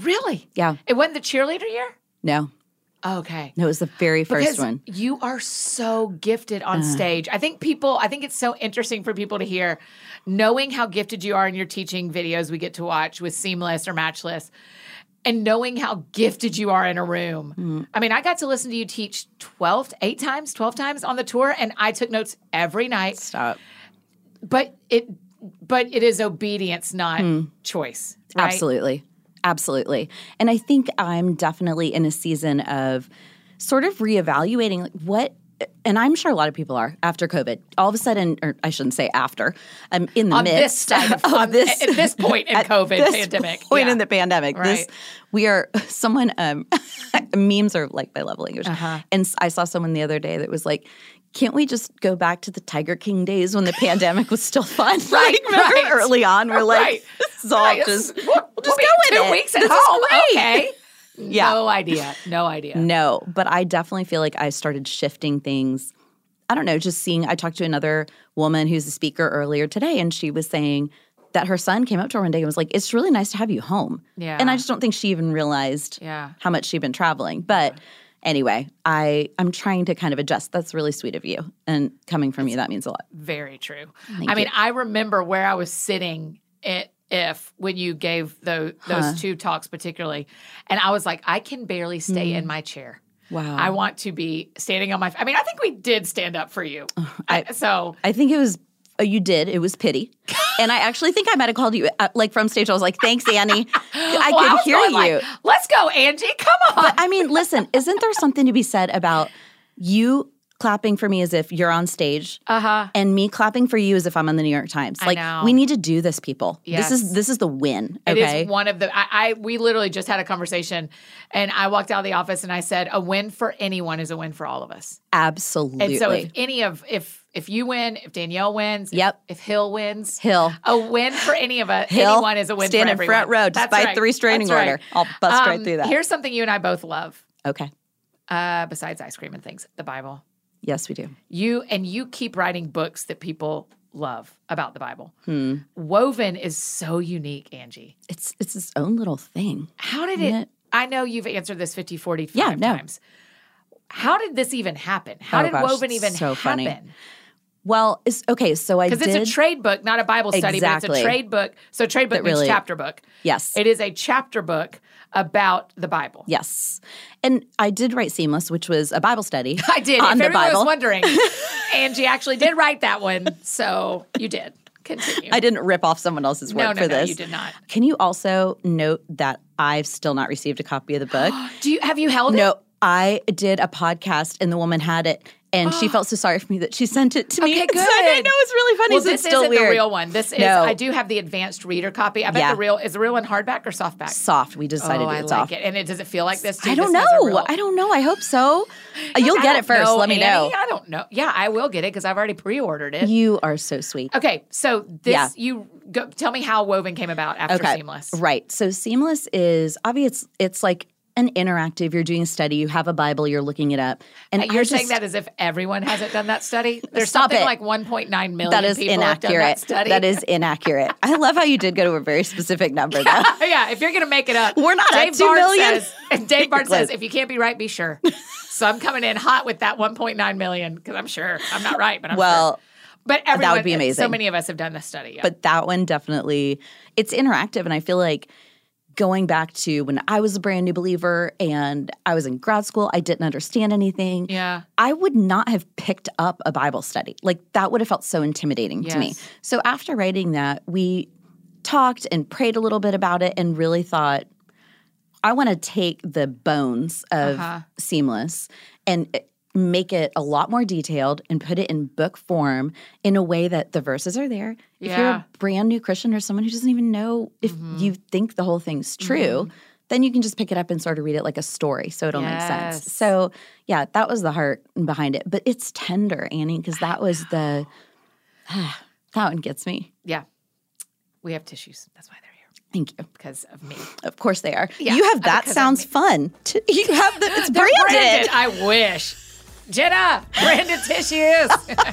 A: really?
B: Yeah.
A: It wasn't the cheerleader year?
B: No.
A: Okay.
B: No, it was the very first
A: Because
B: one. Uh.
A: You are so gifted on stage. I think people, I think it's so interesting for people to hear, knowing how gifted you are in your teaching videos we get to watch with Seamless or Matchless, and knowing how gifted you are in a room.
B: Mm.
A: I mean, I got to listen to you teach 12, to- eight times, 12 times on the tour, and I took notes every night.
B: Stop.
A: But it, but it is obedience, not
B: Hmm.
A: choice. right?
B: Absolutely. Absolutely. And I think I'm definitely in a season of sort of reevaluating like what and I'm sure a lot of people are after COVID. All of a sudden, or I shouldn't say after, I'm in the
A: On
B: midst
A: this side of, on this, at this point in
B: Oh, at
A: COVID
B: this
A: pandemic.
B: Point
A: Yeah.
B: in the pandemic. This
A: Right.
B: we are someone um memes are like my love language.
A: Uh-huh.
B: And s- I saw someone the other day that was like can't we just go back to the Tiger King days when the pandemic was still fun?
A: Right,
B: like, remember
A: right.
B: early on, we're like,
A: Right.
B: this is all
A: Right,
B: Oh, just,
A: it's- we'll,
B: we'll
A: we'll
B: just
A: be
B: go
A: two
B: in it.
A: weeks at
B: This is
A: home.
B: great.
A: Okay.
B: Yeah.
A: No idea. No idea.
B: No, but I definitely feel like I started shifting things. I don't know, just seeing. I talked to another woman who's a speaker earlier today, and she was saying that her son came up to her one day and was like, It's really nice to have you home.
A: Yeah.
B: And I just don't think she even realized
A: Yeah.
B: how much she'd been traveling. But anyway, I, I'm trying to kind of adjust. That's really sweet of you. And coming from you, that means a lot.
A: Very true. I mean, I remember where I was sitting at if when you gave tho- those two talks particularly, and I was like, I can barely stay in my chair.
B: Mm. Wow.
A: I want to be standing on my. I mean, I think we did stand up for you.
B: Oh, I-
A: I, so
B: I think it was uh, you did. It was pity, and I actually think I might have called you uh, like from stage. I was like, "Thanks, Annie." I
A: Well,
B: could
A: was
B: hear
A: going
B: you.
A: like, Let's go, Angie. Come on.
B: but I mean, listen, isn't there something to be said about you clapping for me as if you're on stage?
A: Uh huh.
B: and me clapping for you as if I'm on the New York Times. Like
A: know.
B: we need to do this, people. This
A: Yes.
B: is this is the win.
A: It is
B: Okay.
A: one of the. I, I we literally just had a conversation, and I walked out of the office and I said, "A win for anyone is a win for all of us."
B: Absolutely.
A: And so, if any of if if you win, if Danielle wins, if-
B: Yep.
A: if, Hill wins,
B: Hill.
A: a win for any of us,
B: Hill,
A: anyone is a win.
B: stand
A: for
B: in
A: everyone.
B: front row, just
A: That's
B: by
A: right.
B: three standing
A: That's right.
B: order. I'll bust right
A: Um,
B: through that.
A: Here's something you and I both love,
B: Okay.
A: uh, besides ice cream and things: the Bible.
B: Yes, we do.
A: You and you keep writing books that people love about the Bible.
B: Hmm.
A: Woven is so unique, Angie.
B: It's it's its own little thing.
A: How did it?
B: isn't it?
A: I know you've answered this 50, 40,
B: Yeah, no.
A: times. How did this even happen? How
B: Oh,
A: did
B: gosh,
A: Woven even
B: so funny.
A: happen?
B: Well, it's okay. So I did.
A: Because it's a trade book, not a Bible study, but it's
B: Exactly.
A: a trade book. So trade book
B: That
A: means
B: really-
A: chapter book.
B: yes.
A: It is a chapter book about the Bible.
B: yes. And I did write Seamless, which was a Bible study.
A: I did.
B: On
A: if
B: the
A: everyone
B: Bible.
A: was wondering, Angie actually did write that one. So you did. Continue.
B: I didn't rip off someone else's work
A: no, no,
B: for
A: no,
B: this.
A: you did not.
B: Can you also note that I've still not received a copy of the book?
A: Do you have you held it?
B: No, I did a podcast and the woman had it and she felt so sorry for me that she sent it to me.
A: Okay,
B: So I
A: good.
B: know it's really funny.
A: Well,
B: so
A: this
B: it's still
A: isn't
B: weird.
A: the real one. This is
B: No.
A: I do have the advanced reader copy. I bet
B: Yeah.
A: the real is the real one hardback or softback.
B: Soft. We decided
A: oh, I
B: it's
A: like
B: off.
A: it. And it does it feel like this? Dude,
B: I don't
A: This has a
B: know.
A: real-
B: I don't know. I hope so. Uh, You'll
A: I
B: get
A: don't
B: it first. Let me
A: Annie.
B: know.
A: I don't know. Yeah, I will get it because I've already pre-ordered it.
B: You are so sweet.
A: Okay, so this
B: Yeah.
A: you go, tell me how Woven came about after
B: Okay.
A: Seamless.
B: Right. So Seamless is obvious. It's like an interactive. You're doing a study. You have a Bible. You're looking it up. And
A: You're
B: I just,
A: saying that as if everyone hasn't done that study. There's
B: Stop
A: something
B: it.
A: like 1.9 million
B: that is
A: people have done
B: inaccurate.
A: that study.
B: that is inaccurate. I love how you did go to a very specific number though.
A: yeah, if you're gonna make it up,
B: We're not at
A: Dave
B: two
A: Barnes
B: million.
A: Says, and Dave Barnes
B: close.
A: says, if you can't be right, be sure. so I'm coming in hot with that 1.9 million because I'm sure I'm not right, but I'm
B: Well,
A: sure. But everyone, uh,
B: be
A: So
B: amazing.
A: many of us have done this study. Yeah.
B: but that one definitely it's interactive and i feel like going back to when i was a brand new believer and i was in grad school i didn't understand anything
A: yeah,
B: i would not have picked up a bible study like that would have felt so intimidating to me
A: Yes.
B: so after writing that we talked and prayed a little bit about it and really thought i want to take the bones of
A: Uh-huh.
B: seamless and it- make it a lot more detailed and put it in book form in a way that the verses are there if you're
A: Yeah. Mm-hmm.
B: a brand new Christian or someone who doesn't even know if you think the whole thing's true, then you can just pick it up and sort of read it like a story. So it'll make
A: Yes.
B: sense. So, yeah, that was the heart behind it. But it's tender, Annie, because that was the, that one gets me.
A: yeah. We have tissues. That's why they're here
B: Thank you.
A: because of me.
B: Of course they are.
A: Yeah,
B: you have that
A: because of
B: sounds
A: me.
B: fun. T- You have the, it's
A: They're branded.
B: branded.
A: I wish. Jenna, branded tissues.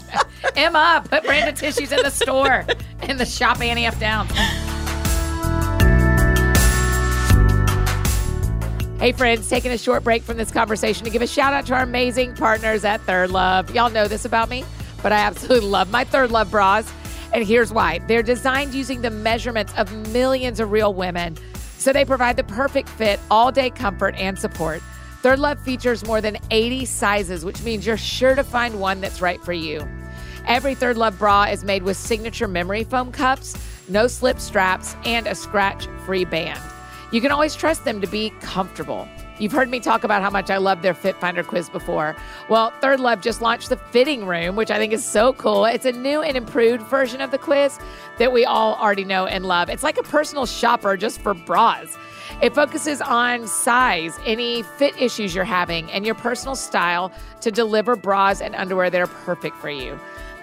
A: Emma, put branded tissues in the store, in the shop Annie F. Down. Hey, friends, taking a short break from this conversation to give a shout out to our amazing partners at Third Love. Y'all know this about me, but I absolutely love my Third Love bras. And here's why they're designed using the measurements of millions of real women. So they provide the perfect fit, all day comfort, and support. Third Love features more than 80 sizes, which means you're sure to find one that's right for you. Every Third Love bra is made with signature memory foam cups, no slip straps, and a scratch free band. You can always trust them to be comfortable. You've heard me talk about how much I love their Fit Finder quiz before. Well, Third Love just launched the fitting room, which I think is so cool. It's a new and improved version of the quiz that we all already know and love. It's like a personal shopper just for bras. It focuses on size, any fit issues you're having, and your personal style to deliver bras and underwear that are perfect for you.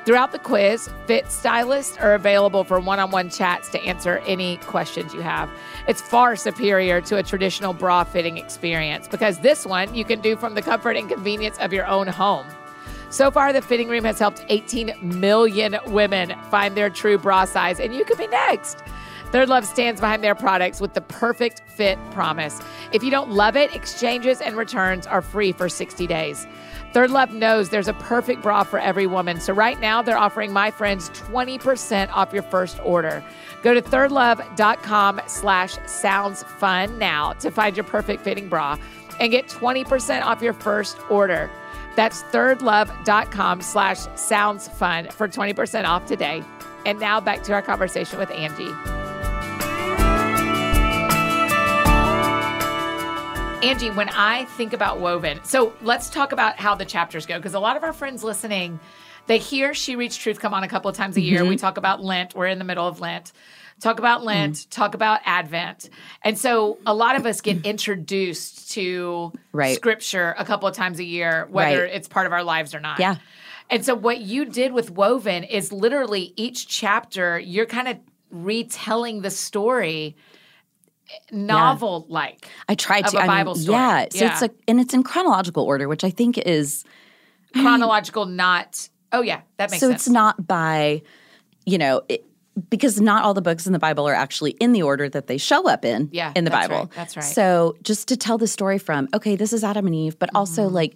A: Throughout the quiz, fit stylists are available for one on one chats to answer any questions you have. It's far superior to a traditional bra fitting experience because this one you can do from the comfort and convenience of your own home. So far, the fitting room has helped 18 million women find their true bra size, and you could be next. Third Love stands behind their products with the perfect fit promise. If you don't love it, exchanges and returns are free for 60 days. Third Love knows there's a perfect bra for every woman. So right now they're offering my friends 20% off your first order. Go to thirdlove.com slash sounds fun now to find your perfect fitting bra. and get 20% off your first order. That's thirdlove.com slash sounds fun for 20% off today. And now back to our conversation with Angie. Angie, when I think about Woven, so let's talk about how the chapters go because a lot of our friends listening, they hear She Reached Truth come on a couple of times a year. We talk about Lent. We're in the middle of Lent. Talk about Lent. Talk about Advent. And so a lot of us get introduced to
B: Right.
A: scripture a couple of times a year, whether
B: Right.
A: it's part of our lives or not.
B: Yeah.
A: And so what you did with Woven is literally each chapter, you're kind of retelling the story novel like.
B: I tried
A: Of
B: to
A: a
B: I mean,
A: Bible story.
B: Yeah, so
A: Yeah.
B: it's like and it's in chronological order, which I think is
A: chronological, not. Oh yeah, that makes
B: so
A: sense.
B: it's not by you know it, because not all the books in the bible are actually in the order that they show up in
A: Yeah,
B: in the
A: that's
B: bible
A: right, that's right.
B: so just to tell the story from okay this is adam and eve but also
A: Mm-hmm.
B: like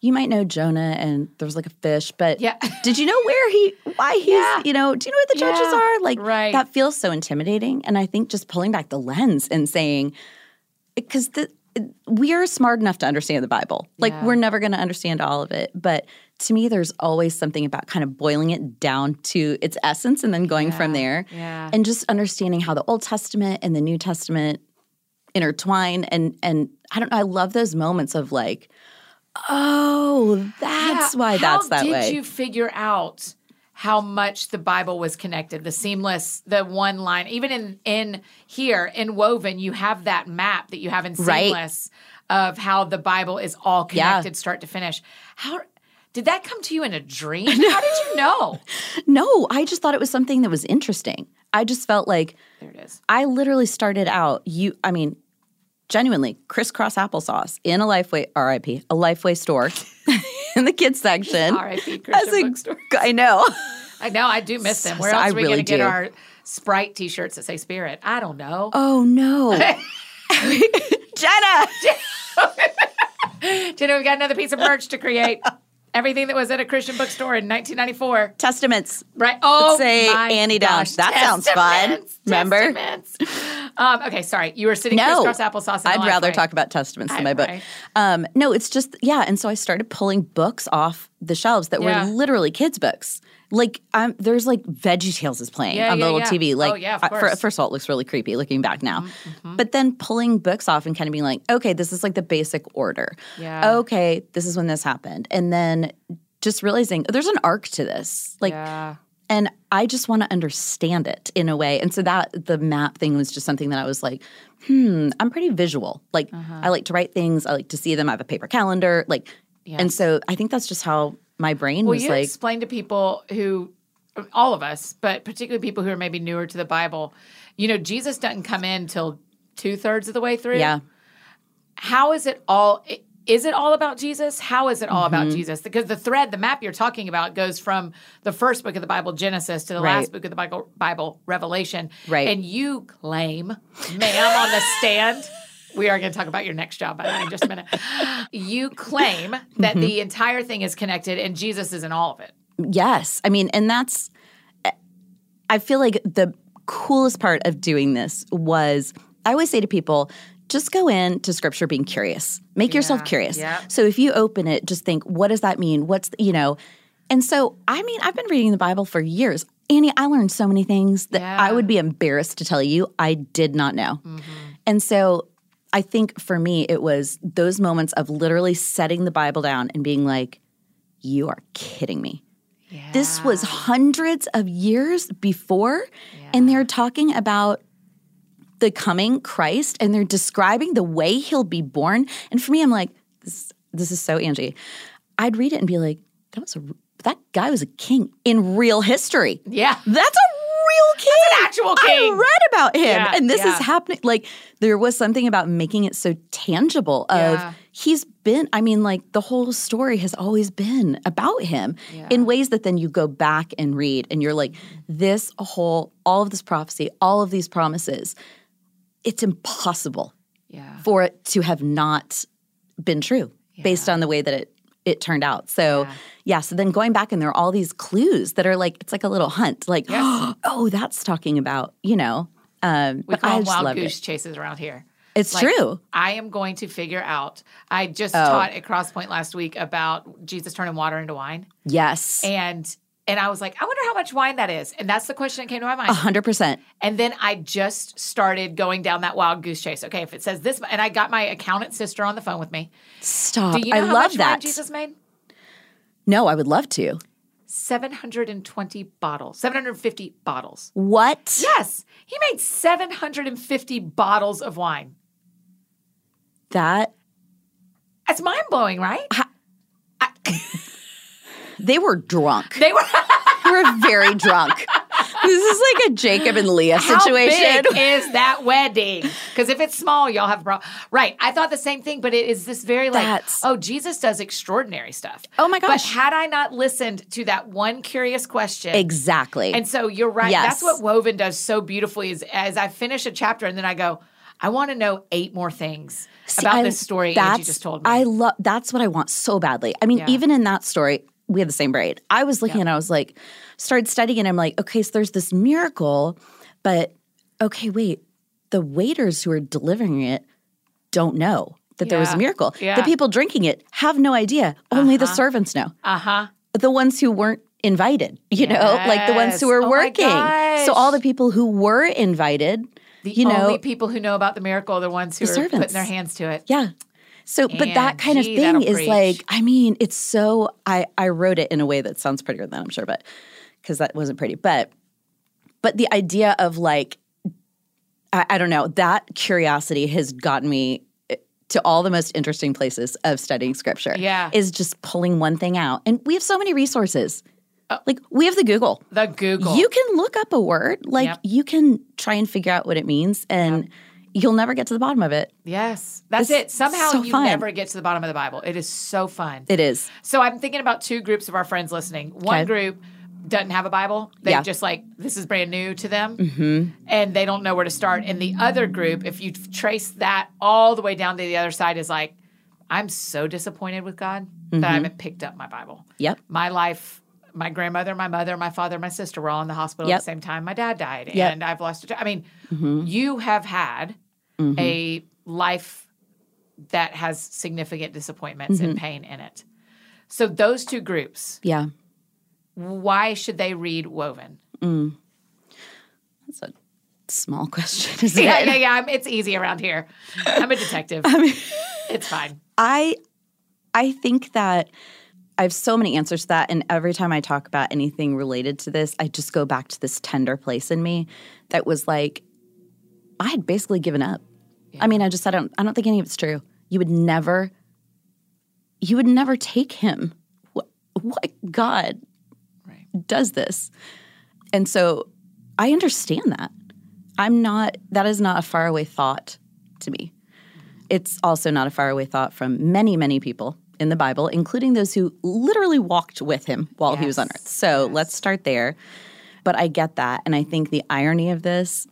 B: you might know jonah and there was like a fish but
A: Yeah.
B: did you know where he why he's
A: Yeah.
B: you know do you know where the judges
A: Yeah,
B: are like
A: right.
B: that feels so intimidating and i think just pulling back the lens and saying because the we're smart enough to understand the Bible. Like
A: Yeah.
B: we're never going to understand all of it, but to me there's always something about kind of boiling it down to its essence and then going from there
A: yeah.
B: and just understanding how the Old Testament and the New Testament intertwine and and I don't know, I love those moments of like oh, that's
A: Yeah,
B: why
A: how
B: that's that
A: did
B: way.
A: you figure out how much the Bible was connected? The seamless, the one line, even in in here in Woven, you have that map that you have in
B: Right.
A: seamless of how the Bible is all connected, start to finish. How did that come to you in a dream? How did you know?
B: no, I just thought it was something that was interesting. I just felt like
A: there it is.
B: I literally started out you I mean genuinely crisscross applesauce in a Lifeway RIP a Lifeway store in the kids section.
A: R.I.P.
B: As
A: Christian
B: a-
A: bookstore.
B: I know.
A: I know I do miss them. Where
B: So
A: else
B: I
A: are we
B: really
A: going to get
B: do.
A: our Sprite T-shirts that say Spirit? I don't know.
B: Oh no. Jenna.
A: Do you know we got another piece of merch to create? Everything that was at a Christian bookstore in 1994.
B: Testaments.
A: Right. Oh,
B: Say
A: my
B: Annie Dunn.
A: gosh.
B: That sounds fun.
A: Testaments,
B: Remember?
A: testaments. Um, okay, sorry. You were sitting
B: No.
A: crisscross applesauce. in the
B: I'd rather
A: Lifeway.
B: talk about testaments than
A: I-
B: my book.
A: right.
B: Um, no, it's just yeah, and so I started pulling books off the shelves that
A: Yeah.
B: were literally kids' books. Like um, there's like Veggie Tales is playing
A: Yeah,
B: on
A: yeah,
B: the little
A: yeah.
B: TV. Like
A: Oh, yeah, of
B: uh, fir-
A: course. Mm-hmm,
B: first of all, it looks really creepy looking back now. But then pulling books off and kind of being like, okay, this is like the basic order.
A: Yeah.
B: Okay, this is when this happened, and then just realizing oh, there's an arc to this. Like
A: Yeah.
B: and I just want to understand it in a way. And so that the map thing was just something that I was like, hmm, I'm pretty visual. Like
A: Uh-huh.
B: I like to write things, I like to see them. I have a paper calendar, like, and so I think that's just how my brain
A: Well,
B: was
A: you
B: like.
A: explain to people who, all of us, but particularly people who are maybe newer to the Bible, you know, Jesus doesn't come in till two thirds of the way through.
B: yeah,
A: how is it all i- is it all about jesus how is it all
B: Mm-hmm.
A: about jesus because the thread the map you're talking about goes from the first book of the bible genesis to the
B: Right.
A: last book of the bible, bible revelation
B: Right.
A: and you claim ma'am on the stand we are going to talk about your next job by the way in just a minute you claim that
B: Mm-hmm.
A: the entire thing is connected and jesus is in all of it
B: yes. I mean, and that's. I feel like the coolest part of doing this was I always say to people, just go in to scripture being curious. Make yourself curious.
A: yeah.
B: So if you open it, just think, what does that mean? What's, you know? And so, I mean, I've been reading the Bible for years. Annie, I learned so many things that
A: Yeah. Mm-hmm.
B: I would be embarrassed to tell you I did not know. And so, I think for me, it was those moments of literally setting the Bible down and being like, you are kidding me. This was hundreds of years before, and they're talking about the coming Christ and they're describing the way he'll be born. And for me, I'm like, this, this is so Angie. I'd read it and be like, that was a, r- that guy was a king in real history.
A: yeah
B: That's a real king.
A: actual
B: I
A: king.
B: read about him.
A: Yeah,
B: and this
A: yeah.
B: is happening. Like, there was something about making it so tangible of
A: Yeah.
B: he's been, I mean, like the whole story has always been about him in ways that then you go back and read and you're like, this whole, all of this prophecy, all of these promises, it's impossible
A: yeah
B: for it to have not been true based on the way that it it turned out. So yeah. so then going back and there are all these clues that are like it's like a little hunt, like oh, that's talking about, you know. Um
A: we
B: but
A: call
B: I
A: them
B: just
A: wild
B: loved
A: goose
B: it.
A: chases around here
B: It's
A: Like,
B: true.
A: I am going to figure out. I just
B: Oh.
A: taught at Crosspoint last week about Jesus turning water into wine,
B: Yes.
A: and and I was like, I wonder how much wine that is, and that's the question that came to my mind.
B: A hundred percent.
A: And then I just started going down that wild goose chase. Okay, if it says this, and I got my accountant sister on the phone with me.
B: Stop.
A: Do you know
B: I
A: how
B: love
A: much wine
B: that.
A: Jesus made?
B: No, I would love to.
A: 720 bottles, 750 bottles.
B: What?
A: Yes, he made 750 bottles of wine.
B: That
A: That's mind blowing, right?
B: they were drunk.
A: They were
B: They were very drunk. This is like a Jacob and Leah
A: How
B: situation.
A: big is that wedding? Because if it's small, y'all have problem. Right. I thought the same thing, but it is this very like,
B: That's-
A: oh, Jesus does extraordinary stuff.
B: Oh my
A: But
B: gosh.
A: had I not listened to that one curious question,
B: Exactly.
A: And so you're right. That's
B: Yes.
A: what Woven does so beautifully is as I finish a chapter and then I go, I want to know eight more things
B: See,
A: about
B: I-
A: this story that you
B: that's-
A: just told me.
B: I love that's what I want so badly. I mean,
A: Yeah.
B: even in that story, we had the same braid. I was looking and I was like, started studying, and I'm like, okay, so there's this miracle, but okay, wait, the waiters who are delivering it don't know that there was
A: Yeah.
B: a miracle.
A: Yeah.
B: The people drinking it have no idea. Only the servants know.
A: uh-huh.
B: The ones who weren't invited, you know, like the ones who
A: Yes.
B: were
A: Oh my
B: working. So all the people who were invited,
A: The
B: you know,
A: only people who know about the miracle are the ones who
B: The
A: are putting
B: servants.
A: their hands to it.
B: Yeah. So, but that
A: And,
B: kind
A: gee,
B: of
A: that'll
B: thing is
A: preach.
B: like, I mean, it's so. I I wrote it in a way that sounds prettier than that, I'm sure, but because that wasn't pretty, but but the idea of like, I, I don't know, that curiosity has gotten me eh, to all the most interesting places of studying scripture.
A: Yeah.
B: is just pulling one thing out, and we have so many resources.
A: Oh.
B: like we have the Google.
A: The Google.
B: You can look up a word, like
A: Yep.
B: you can try and figure out what it means, and you'll never get to the bottom of it.
A: yes. That's it.
B: It's
A: Somehow
B: so
A: you
B: fun.
A: never get to the bottom of the Bible. It is so fun.
B: It is.
A: So I'm thinking about two groups of our friends listening. One
B: Okay.
A: group doesn't have a Bible. They
B: Yeah. Mm-hmm.
A: just like this is brand new to them, and they don't know where to start. And the other group, if you trace that all the way down to the other side, is like, I'm so disappointed with God
B: Mm-hmm.
A: that I haven't picked up my Bible.
B: Yep.
A: My life. My grandmother, my mother, my father, my sister were all in the hospital at
B: Yep.
A: the same time. My dad died,
B: Yep. Mm-hmm.
A: and I've lost a job. I mean, you have had a life that has significant disappointments
B: Mm-hmm.
A: and pain in it. So those two groups,
B: Yeah.
A: why should they read Woven?
B: It's Mm. a small question, isn't
A: Yeah,
B: it?
A: yeah, yeah. I'm, it's easy around here. I'm a detective. it's fine.
B: I I think that I have so many answers to that. And every time I talk about anything related to this, I just go back to this tender place in me that was like, I had basically given up. I mean, I just I don't I don't think any of it's true. You would never you would never take him. What, what God
A: Right.
B: does this? And so I understand that. I'm not that is not a faraway thought to me. It's also not a faraway thought from many, many people in the Bible, including those who literally walked with him while he was on
A: Yes.
B: earth. So let's start there. But I get that. And I think the irony of this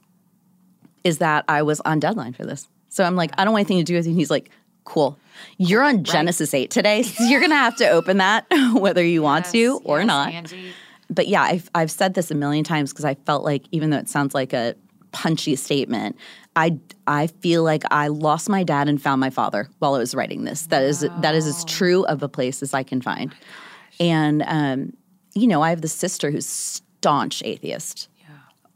B: is that I was on deadline for this. So I'm like, I don't want anything to do with you. And he's like, cool. You're on Genesis 8 today. So you're going to have to open that whether you want to
A: Yes,
B: or
A: yes,
B: not.
A: Angie.
B: But yeah, I've, I've said this a million times because I felt like, even though it sounds like a punchy statement, I, I feel like I lost my dad and found my father while I was writing this. That is that is as true of a place as I can find. and um, you know, I have this sister who's staunch atheist.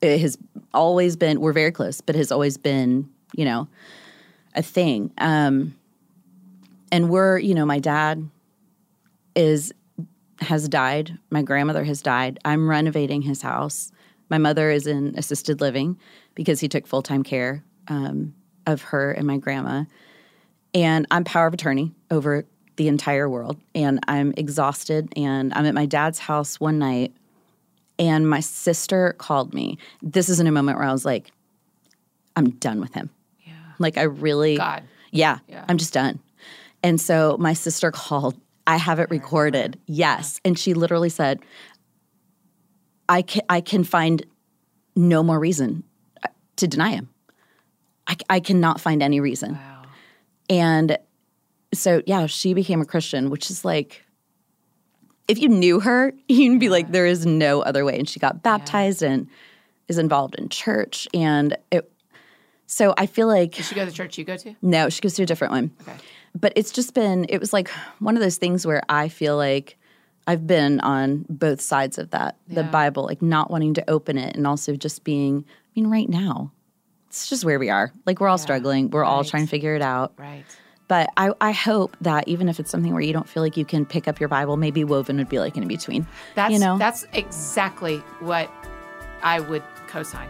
B: It has always been. We're very close, but has always been, you know, a thing. Um, and we're, you know, my dad is has died. My grandmother has died. I'm renovating his house. My mother is in assisted living because he took full time care um, of her and my grandma. And I'm power of attorney over the entire world. And I'm exhausted. And I'm at my dad's house one night. And my sister called me. This is in a moment where I was like, I'm done with him.
A: Yeah.
B: Like, I really.
A: God.
B: Yeah,
A: Yeah.
B: I'm just done. And so my sister called. I have it recorded. Yes. And she literally said, I can, I can find no more reason uh, to deny him. I, c- I cannot find any reason.
A: Wow.
B: And so, yeah, she became a Christian, which is like, if you knew her, you'd be like, there is no other way. And she got baptized and is involved in church. And it, So I feel like
A: Does she go to the church you go to?
B: no, she goes to a different one.
A: Okay.
B: But it's just been, it was like one of those things where I feel like I've been on both sides of that, the
A: Yeah.
B: Bible, like not wanting to open it and also just being, I mean, right now, it's just where we are. Like we're all struggling, we're all
A: right.
B: trying to figure it out.
A: Right.
B: But I, I hope that even if it's something where you don't feel like you can pick up your Bible, maybe Woven would be like in between.
A: That's
B: you know,
A: that's exactly what I would cosign.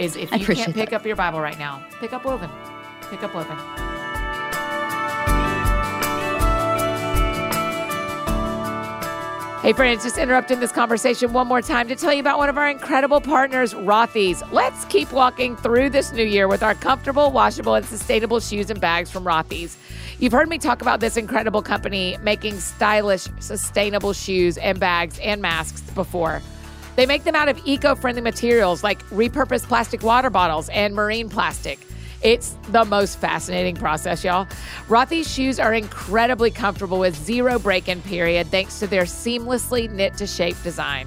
A: Is if
B: Hmm.
A: you
B: I
A: can't
B: appreciate
A: pick up your Bible right now, pick up Woven. Pick up Woven. Hey, friends, just interrupting this conversation one more time to tell you about one of our incredible partners, Rothy's. Let's keep walking through this new year with our comfortable, washable, and sustainable shoes and bags from Rothy's. You've heard me talk about this incredible company making stylish, sustainable shoes and bags and masks before. They make them out of eco friendly materials like repurposed plastic water bottles and marine plastic. It's the most fascinating process, y'all. Rothy's shoes are incredibly comfortable with zero break in period thanks to their seamlessly knit to shape design.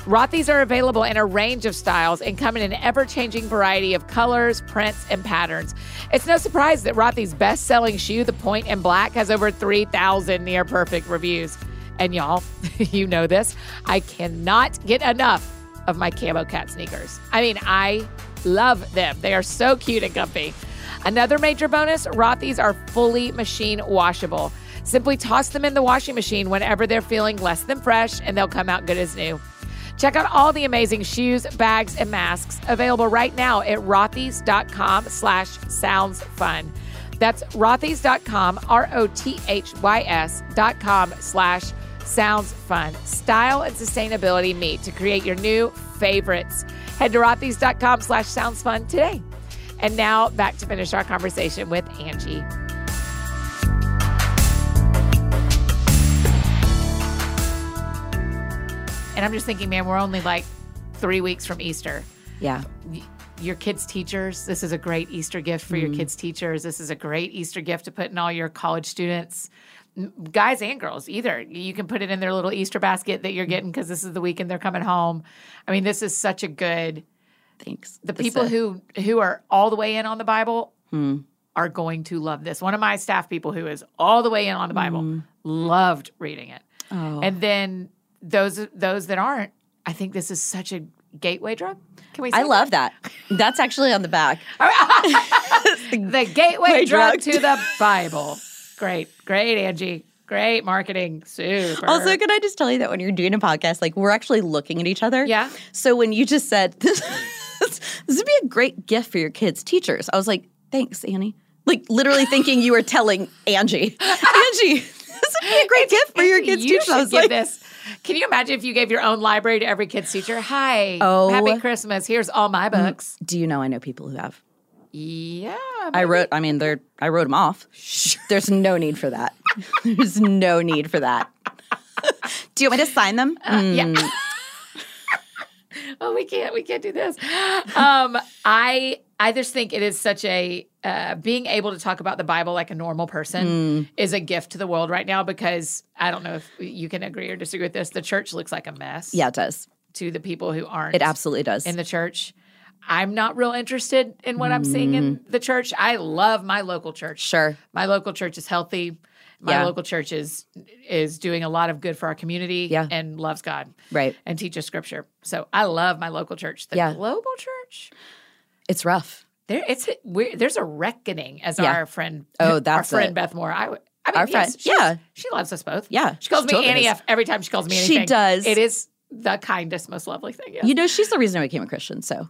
A: Rothy's are available in a range of styles and come in an ever changing variety of colors, prints, and patterns. It's no surprise that Rothy's best selling shoe, the Point in Black, has over 3,000 near perfect reviews. And y'all, you know this, I cannot get enough of my camo cat sneakers. I mean, I love them. They are so cute and comfy. Another major bonus Rothy's are fully machine washable. Simply toss them in the washing machine whenever they're feeling less than fresh, and they'll come out good as new. Check out all the amazing shoes, bags, and masks available right now at rothys.com slash sounds fun. That's rothys.com, R-O-T-H-Y-S dot com slash sounds fun. Style and sustainability meet to create your new favorites. Head to rothys.com slash sounds fun today. And now back to finish our conversation with Angie. And I'm just thinking, man, we're only like three weeks from Easter.
B: yeah.
A: Y- Your kids' teachers, this is a great Easter gift for
B: Mm.
A: your kids' teachers. This is a great Easter gift to put in all your college students, m- guys and girls, either. You can put it in their little Easter basket that you're getting because this is the weekend they're coming home. I mean, this is such a good
B: Thanks.
A: the people who who are all the way in on the Bible
B: Hmm.
A: are going to love this. One of my staff people who is all the way in on the Bible
B: Hmm.
A: loved reading it.
B: Oh.
A: And then those those that aren't, I think this is such a gateway drug. Can we? Say
B: I love that. That's actually on the back.
A: that? the gateway
B: Gateway
A: drug
B: drug.
A: to the Bible. Great, great, Angie. Great marketing. Super.
B: Also, can I just tell you that when you're doing a podcast, like we're actually looking at each other.
A: Yeah.
B: So when you just said this, this would be a great gift for your kids' teachers, I was like, thanks, Annie. Like literally thinking you were telling Angie, Angie, this would be a great gift for your kids'
A: you
B: teachers. I
A: should
B: was
A: give
B: like,
A: this. Can you imagine if you gave your own library to every kid's teacher? Hi,
B: Oh. Mm.
A: happy Christmas. Here's all my books.
B: do you know I know people who have?
A: Yeah,
B: I wrote. I mean, they're. I wrote them off. There's no need for that. There's no need for that. do you want me to sign them? Mm,
A: Yeah. oh, we can't. We can't do this. Um, I I just think it is such a uh, being able to talk about the Bible like a normal person
B: Mm.
A: is a gift to the world right now because I don't know if you can agree or disagree with this. The church looks like a mess.
B: yeah, it does.
A: To the people who aren't
B: It absolutely does.
A: in the church. I'm not real interested in what I'm seeing
B: Mm.
A: in the church. I love my local church.
B: sure.
A: My local church is healthy. My
B: Yeah.
A: local church is is doing a lot of good for our community
B: Yeah.
A: and loves God
B: Right.
A: and teaches scripture. So I love my local church. The
B: Yeah.
A: global church,
B: It's rough.
A: there it's we're, there's a reckoning, as
B: Yeah.
A: our friend,
B: Oh, that's
A: our friend
B: it.
A: Beth Moore. I, would- I mean,
B: Our
A: yes,
B: friend.
A: she's-
B: Yeah.
A: she loves us both.
B: Yeah,
A: she calls
B: she
A: me
B: totally
A: Annie
B: does.
A: F every time she calls me.
B: She
A: Anything.
B: does.
A: It is the kindest, most lovely thing. Yeah.
B: You know, she's the reason I became a Christian. So,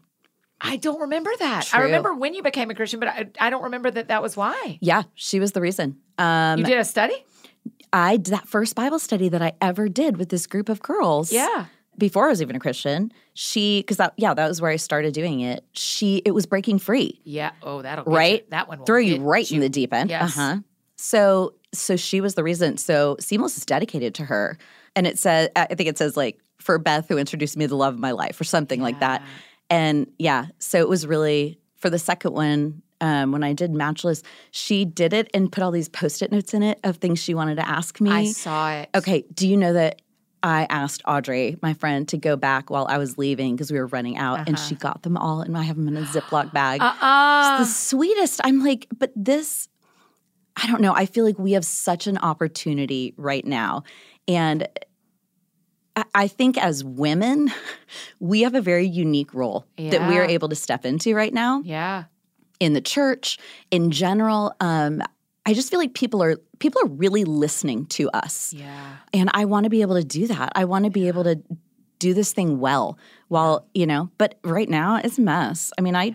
A: I don't remember that. I
B: True.
A: remember when you became a Christian, but I, I don't remember that that was why.
B: yeah, she was the reason. Um,
A: You did a study.
B: I did that first Bible study that I ever did with this group of girls.
A: Yeah.
B: Before I was even a Christian, she, because that, yeah, that was where I started doing it. She, it was breaking free,
A: Yeah. Oh, that'll get
B: Right.
A: You. That one will
B: throw you
A: get
B: right in the deep end.
A: Yes.
B: Uh huh. So, so she was the reason. So, Seamless is dedicated to her. And it says, I think it says like, for Beth, who introduced me to the love of my life, or something like that. And yeah, so it was really for the second one um, when I did Matchless, she did it and put all these post it notes in it of things she wanted to ask me.
A: I saw it.
B: Okay, do you know that I asked Audrey, my friend, to go back while I was leaving because we were running out, and she
A: Uh-huh.
B: got them all, and I have them in a Ziploc bag.
A: Uh-uh.
B: It's the sweetest. I'm like, but this, I don't know. I feel like we have such an opportunity right now, and I- I think as women, we have a very unique role that we are
A: Yeah.
B: able to step into right now
A: Yeah.
B: in the church in general. Um, I just feel like people are people are really listening to us.
A: Yeah.
B: And I want to be able to do that. I want to be able to do this thing well while, you know, but right now it's a mess. I mean, I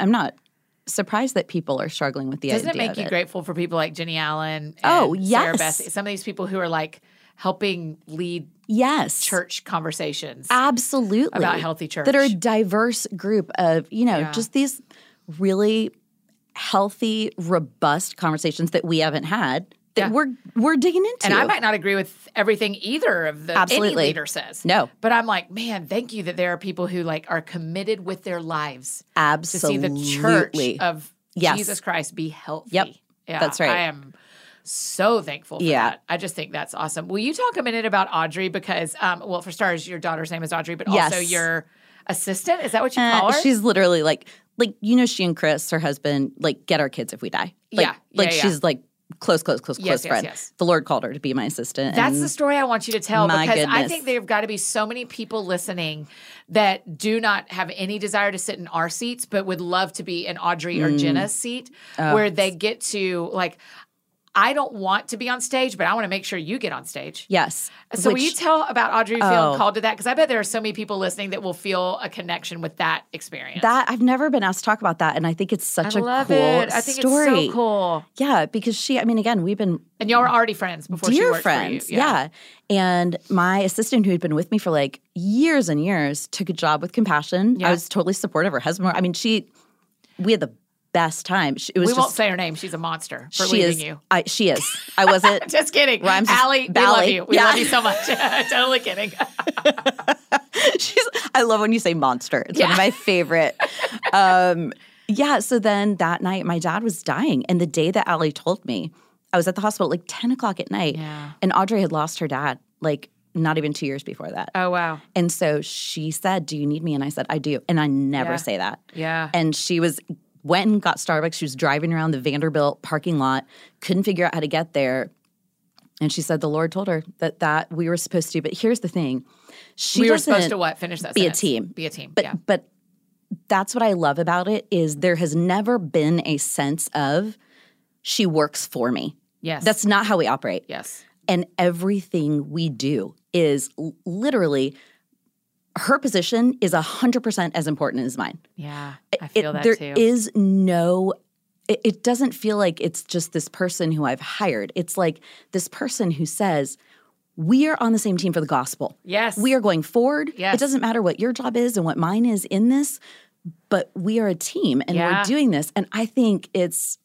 B: I'm not surprised that people are struggling with the
A: Doesn't it
B: idea
A: make
B: of
A: you grateful for people like Jenny Allen? And
B: Oh,
A: Sarah
B: yes.
A: Bessie, some of these people who are like helping lead
B: Yes.
A: church conversations
B: Absolutely.
A: about healthy church.
B: That are a diverse group of, you know,
A: Yeah.
B: just these really healthy, robust conversations that we haven't had that
A: Yeah.
B: we're we're digging into.
A: and I might not agree with everything either of the any
B: Absolutely.
A: leader says.
B: No.
A: But I'm like, man, thank you that there are people who like are committed with their lives to see
B: Absolutely.
A: the church of
B: Yes.
A: Jesus Christ be healthy.
B: Yep.
A: Yeah,
B: That's right.
A: I am so thankful for
B: Yeah.
A: that. I just think that's awesome. Will you talk a minute about Audrey? Because, um, well, for starters, your daughter's name is Audrey, but also
B: Yes.
A: your assistant. Is that what you
B: Uh,
A: call her?
B: She's literally like, like you know, she and Chris, her husband, like get our kids if we die. Like,
A: Yeah, yeah,
B: like
A: yeah.
B: she's like close, close, close,
A: Yes,
B: close
A: yes,
B: friend.
A: yes.
B: The Lord called her to be my assistant.
A: That's
B: and
A: the story I want you to tell
B: mm, My
A: because I
B: goodness.
A: think there have got to be so many people listening that do not have any desire to sit in our seats, but would love to be in Audrey
B: Mm.
A: or Jenna's seat
B: Oh.
A: where they get to, like, I don't want to be on stage, but I want to make sure you get on stage.
B: yes.
A: So will you
B: Which-
A: tell about Audrey feeling
B: Oh.
A: called to that? Because I bet there are so many people listening that will feel a connection with that experience.
B: that I've never been asked to talk about that, and I think it's
A: I
B: such a
A: love
B: cool
A: it. I think
B: story.
A: it's so cool.
B: Yeah, because she. I mean, again, we've been
A: And y'all were already friends before she
B: dear
A: worked
B: friends.
A: for you. Yeah.
B: yeah. And my assistant, who had been with me for like years and years, took a job with Compassion.
A: Yeah.
B: I was totally supportive. Her husband. I mean, she. We had the best time. She, it was
A: We
B: just.
A: won't say her name. She's a monster for
B: she
A: leaving
B: is.
A: you.
B: I, she is. I wasn't.
A: Just kidding.
B: Rhymes with
A: Allie, we love
B: Bally.
A: you. We
B: Yeah.
A: love you so much. totally kidding.
B: She's, I love when you say monster. It's one
A: Yeah.
B: of my favorite. um, yeah. So then that night, my dad was dying. And the day that Allie told me, I was at the hospital at like 10 o'clock at night.
A: Yeah.
B: And Audrey had lost her dad like not even two years before that.
A: Oh, wow.
B: And so she said, Do you need me? And I said, I do. And I never
A: Yeah.
B: say that.
A: Yeah.
B: And she was went and got Starbucks. She was driving around the Vanderbilt parking lot, couldn't figure out how to get there. And she said the Lord told her that that we were supposed to. But here's the thing, she
A: we were
B: doesn't-
A: supposed to what? Finish that
B: be a
A: sentence.
B: team.
A: Be a team.
B: But
A: yeah.
B: but that's what I love about it is there has never been a sense of she works for me.
A: Yes.
B: That's not how we operate
A: yes.
B: and everything we do is l- literally her position is 100% as important as mine.
A: Yeah. I
B: It-
A: feel that
B: there
A: too.
B: is no it, it doesn't feel like it's just this person who I've hired. It's like this person who says we are on the same team for the gospel.
A: yes.
B: We are going forward.
A: Yes.
B: It doesn't matter what your job is and what mine is in this, but we are a team and
A: Yeah.
B: we're doing this. And I think it's,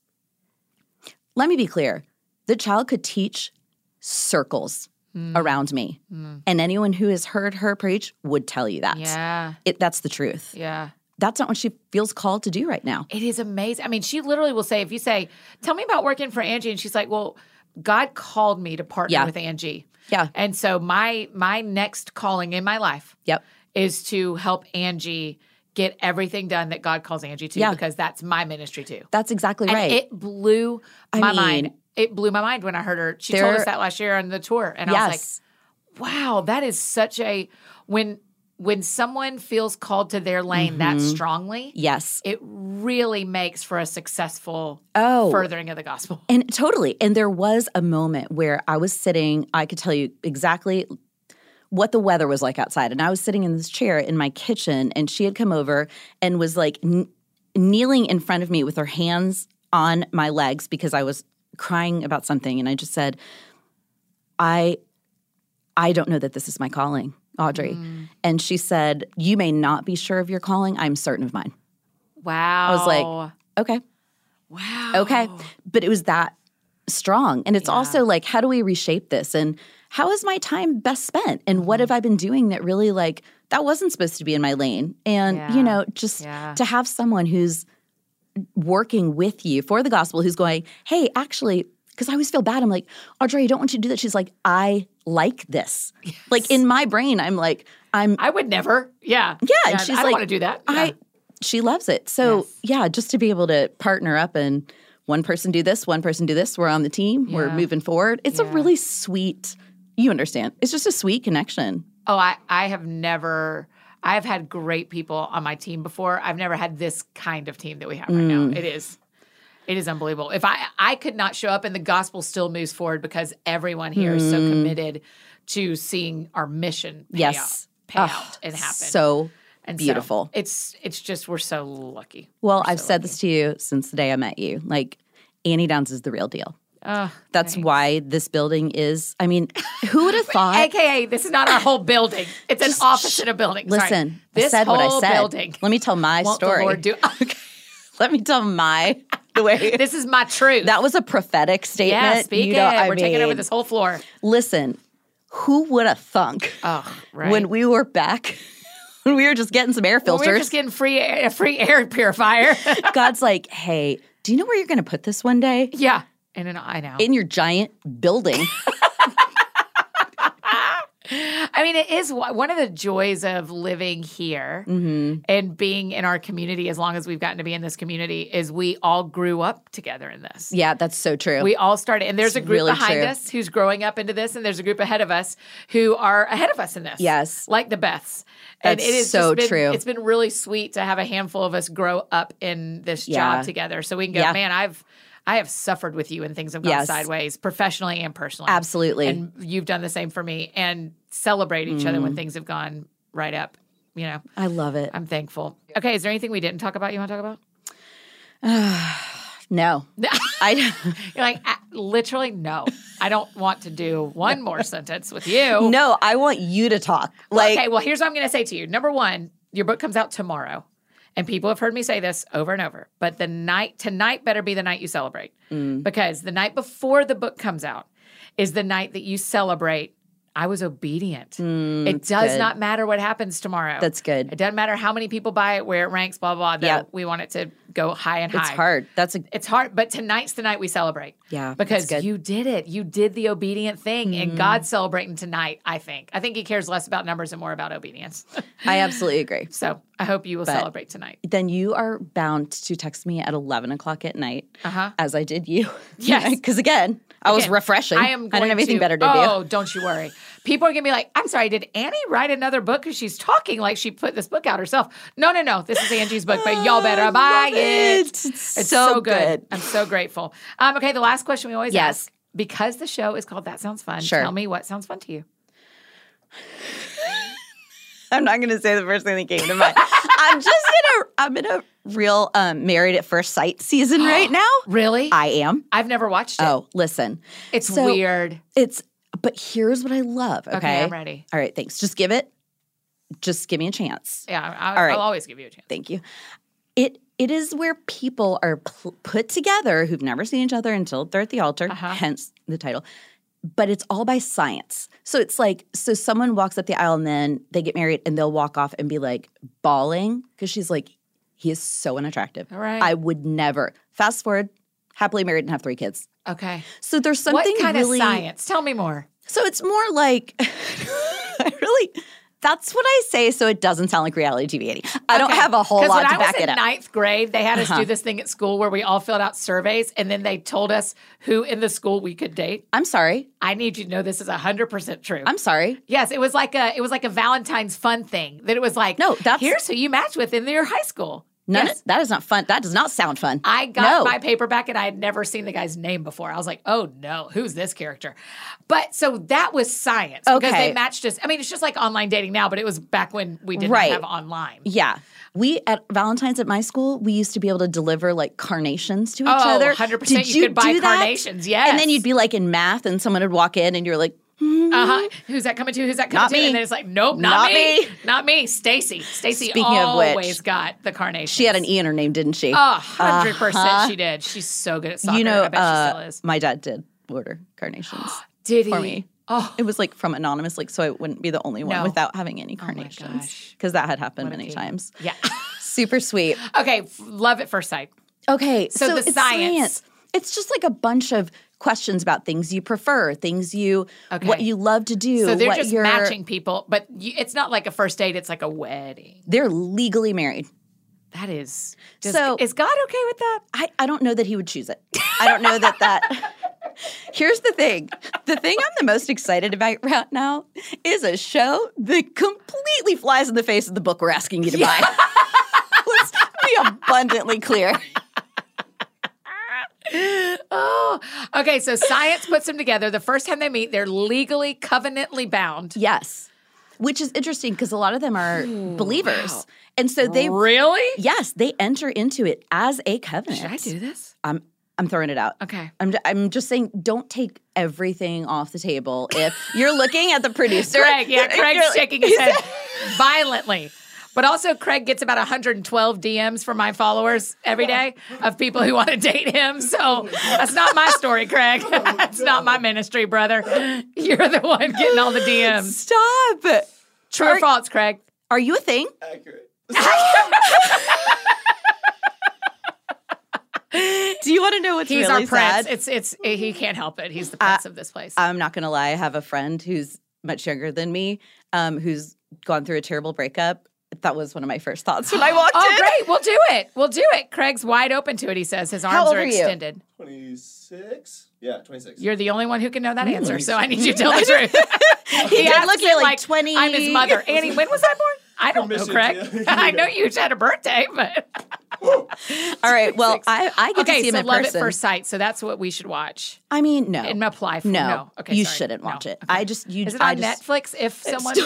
B: let me be clear the child could teach circles
A: Hmm.
B: around me. And anyone who has heard her preach would tell you that.
A: Yeah.
B: It, that's the truth.
A: Yeah.
B: That's not what she feels called to do right now.
A: It is amazing. I mean, she literally will say, if you say, Tell me about working for Angie, and she's like, Well, God called me to partner
B: Yeah.
A: with Angie.
B: Yeah.
A: And so my my next calling in my life
B: Yep.
A: is to help Angie get everything done that God calls Angie to
B: Yeah.
A: because that's my ministry too.
B: That's exactly right.
A: And it blew
B: I
A: my
B: mean-
A: mind. It blew my mind when I heard her. She told
B: There-
A: us that last year on the tour, and I was
B: yes.
A: like, "Wow, that is such a when when someone feels called to their lane that
B: Mm-hmm.
A: strongly,
B: yes.
A: it really makes for a successful
B: Oh.
A: furthering of the gospel."
B: And totally. And there was a moment where I was sitting, I could tell you exactly what the weather was like outside. And I was sitting in this chair in my kitchen, and she had come over and was like kn- kneeling in front of me with her hands on my legs because I was crying about something. And I just said, I I don't know that this is my calling, Audrey. And she said, You may not be sure of your calling. I'm certain of mine.
A: Wow,
B: I was like, Okay.
A: "Wow,
B: Okay. But it was that strong. And it's also like, how do we reshape this? And how is my time best spent? And
A: Mm-hmm.
B: what have I been doing that really like that wasn't supposed to be in my lane? And
A: Yeah.
B: you know, just
A: Yeah.
B: to have someone who's working with you for the gospel who's going, hey, actually, because I always feel bad. I'm like, Audrey, I don't want you to do that. She's like, I like this. Like in my brain, I'm like, I'm
A: I would never. Yeah.
B: yeah. and she's
A: I
B: like,
A: want to do that. Yeah.
B: I she loves it. So
A: Yes.
B: yeah, just to be able to partner up and one person do this, one person do this. We're on the team. We're
A: Yeah.
B: moving forward. It's a
A: Yeah.
B: really sweet. You understand? It's just a sweet connection.
A: Oh, I, I have never. I've had great people on my team before. I've never had this kind of team that we have right
B: Mm.
A: now. It is, it is unbelievable. If I I could not show up, and the gospel still moves forward because everyone here is so
B: Mm.
A: committed to seeing our mission pay
B: Yes.
A: out, pay out and happen.
B: So
A: and so
B: beautiful.
A: it's it's just we're so lucky.
B: well, I've said this to you since the day I met you. Like Annie Downs is the real deal.
A: Ugh.
B: That's why this building is. I mean, who would have thought?
A: AKA, this is not our whole building. It's an office in a building. Sorry.
B: Listen,
A: this
B: I said
A: whole
B: what I said.
A: building.
B: Let me tell my
A: Won't the
B: story.
A: Lord do- Okay.
B: Let me tell my the way.
A: This is my truth.
B: that was a prophetic statement.
A: Yeah,
B: You
A: speak
B: know,
A: it.
B: I
A: We're taking over
B: mean,
A: this whole floor.
B: Listen, who would have thunk
A: Oh, right.
B: when we were back? When we were just getting some air
A: Well,
B: filters.
A: we're just getting free air, a free air purifier.
B: God's like, hey, do you know where you're going to put this one day?
A: yeah, and an I know.
B: In your giant building.
A: I mean, it is wh- one of the joys of living here
B: Mm-hmm.
A: and being in our community. As long as we've gotten to be in this community, is we all grew up together in this.
B: yeah, that's so true.
A: We all started, and there's a group
B: really
A: behind
B: true.
A: us who's growing up into this, and there's a group ahead of us who are ahead of us in this.
B: Yes.
A: like the Beths.
B: That's
A: and it is
B: so
A: just been,
B: true.
A: It's been really sweet to have a handful of us grow up in this
B: Yeah.
A: job together, so we can go,
B: Yeah.
A: man, I've. I have suffered with you and things have gone
B: Yes.
A: sideways professionally and personally.
B: Absolutely.
A: And you've done the same for me and celebrate each other
B: Mm.
A: when things have gone right up. You know,
B: I love it.
A: I'm thankful. Okay, is there anything we didn't talk about you want to talk about?
B: no. I
A: You're like, "Ah, literally, no. I don't want to do one more sentence with you.
B: No, I want you to talk. Like
A: okay, well, here's what I'm going to say to you. Number one, your book comes out tomorrow. And people have heard me say this over and over, but the night tonight better be the night you celebrate
B: Mm.
A: because the night before the book comes out is the night that you celebrate. I was obedient. it does
B: Mm, good.
A: not matter what happens tomorrow.
B: That's good.
A: It doesn't matter how many people buy it, where it ranks, blah blah. blah.
B: Yeah.
A: though We want it to go high and high.
B: it's hard. That's a
A: It's hard, but tonight's the night we celebrate.
B: Yeah, that's
A: Because
B: good. Mm-hmm.
A: you did it. You did the obedient thing, and God's celebrating tonight, I think. I think He cares less about numbers and more about obedience.
B: I absolutely agree.
A: so I hope you will celebrate tonight.
B: Then you are bound to text me at eleven o'clock at night,
A: Uh-huh.
B: as I did you.
A: Yes.
B: because again, I was
A: Okay,
B: refreshing.
A: I am. Going
B: I didn't have anything
A: to-
B: better to
A: Oh, don't you worry. People are gonna be like, "I'm sorry, did Annie write another book? Because she's talking like she put this book out herself." No, no, no. This is Angie's book, but y'all better buy
B: love
A: it.
B: it. It's so good.
A: I'm so grateful. Um, okay, the last question we always
B: Yes.
A: ask because the show is called That Sounds Fun.
B: Sure.
A: Tell me what sounds fun to you.
B: do. I'm not going to say the first thing that came to mind. I'm just in a I'm in a real um, married at first sight season right now.
A: Really?
B: I am.
A: I've never watched it.
B: Oh, listen,
A: it's
B: so-
A: weird.
B: it's but here's what I love. Okay,
A: Okay, I'm ready.
B: All right, thanks. Just give it. Just give me a chance.
A: Yeah, I,
B: All right.
A: I'll always give you a chance.
B: Thank you. It it is where people are pl- put together who've never seen each other until they're at the altar,
A: Uh-huh.
B: hence the title. But it's all by science. So it's like so someone walks up the aisle and then they get married and they'll walk off and be like bawling because she's like he is so unattractive.
A: All right.
B: I would never. Fast forward, happily married and have three kids.
A: Okay.
B: So there's something
A: what kind
B: really
A: of science? Tell me more.
B: so it's more like I really that's what I say so it doesn't sound like reality TV. Annie. I don't
A: Okay.
B: have a whole
A: 'Cause
B: lot
A: when
B: to
A: I was
B: back
A: in
B: it up.
A: Ninth grade, they had us
B: Uh-huh.
A: do this thing at school where we all filled out surveys, and then they told us who in the school we could date.
B: I'm sorry.
A: I need you to know this is hundred percent true.
B: I'm sorry.
A: yes, it was like a it was like a Valentine's fun thing that it was like
B: No, that's-
A: here's who you match with in your high school.
B: None
A: Yes.
B: that is not fun. That does not sound fun.
A: I got
B: No.
A: my paperback and I had never seen the guy's name before. I was like, oh no, who's this character? But so that was science because
B: Okay.
A: they matched us. I mean, it's just like online dating now, but it was back when we didn't
B: Right.
A: have online.
B: yeah. We at Valentine's at my school, we used to be able to deliver like carnations to each
A: Oh,
B: other.
A: 100% you could buy
B: do that?
A: carnations, yes.
B: And then you'd be like in math and someone would walk in and you're like,
A: Uh huh. Who's that coming to? Who's that coming
B: Not
A: to?
B: me.
A: And then it's like, nope,
B: Not
A: not, me.
B: me.
A: not me. Stacy. Stacy
B: Speaking of which,
A: always got the carnation.
B: she had an E in her name, didn't she?
A: A hundred percent, she did. She's so good at Oh, soccer.
B: you know,
A: I bet
B: uh,
A: she still is.
B: my dad did order carnations.
A: Did he?
B: for me.
A: Oh,
B: It was like from anonymous, like so I wouldn't be the only one
A: No. Oh
B: without having any carnations
A: gosh.
B: because that had happened
A: a
B: many
A: team.
B: times.
A: yeah.
B: Super sweet.
A: okay, f- love at first sight.
B: Okay,
A: So the science.
B: It's just like a bunch of questions about things you prefer, things you
A: Okay.
B: what you love to do.
A: So they're
B: what
A: just
B: your-
A: matching people, but you, it's not like a first date; it's like a wedding.
B: They're legally married.
A: That is. Does,
B: So-
A: is God okay with that?
B: I, I don't know that he would choose it. I don't know that that. Here's the thing. The thing I'm the most excited about right now is a show that completely flies in the face of the book we're asking you to buy. Let's be abundantly clear.
A: Oh, okay. So science puts them together. The first time they meet, they're legally covenantly bound.
B: Yes. Which is interesting because a lot of them are believers. And so they,
A: really?
B: yes, they enter into it as a covenant.
A: Should I do this?
B: I'm, I'm throwing it out.
A: Okay.
B: I'm, ju- I'm just saying, don't take everything off the table. If you're looking at the producer,
A: Craig, yeah, Craig's
B: You're-
A: shaking his head violently. But also, Craig gets about 112 DMs from my followers every day of people who want to date him. So that's not my story, Craig.
B: Oh,
A: That's not my ministry, brother. You're the one getting all the DMs.
B: Stop.
A: True or false, Craig?
B: Are you a thing?
C: Accurate.
B: Do you want to know what's
A: He's
B: really
A: our prince.
B: sad?
A: It's it's he can't help it. He's the prince of this place.
B: I'm not going to lie. I have a friend who's much younger than me um, who's gone through a terrible breakup. That was one of my first thoughts when I walked
A: oh,
B: in.
A: great. We'll do it. We'll do it. Craig's wide open to it. He says his arms
B: How old
A: are
B: are you?
A: extended.
C: 26? Yeah, 26.
A: You're the only one who can know that answer, so I need you to tell the truth.
B: He
A: He
B: did
A: acts
B: look at like, 20.
A: I'm his mother. Annie, when was I born? I don't know, Craig.
C: Permission, yeah.
A: I know you had a birthday, but
B: All right. Well, I, I get to
A: okay.
B: see him
A: So
B: in
A: love
B: person.
A: at first sight. So that's what we should watch
B: I mean, no.
A: and apply for.
B: no.
A: No, okay,
B: you
A: sorry.
B: shouldn't
A: No.
B: watch it.
A: Okay.
B: I just, you,
A: Is it
B: I
A: on
B: just,
A: Netflix? If someone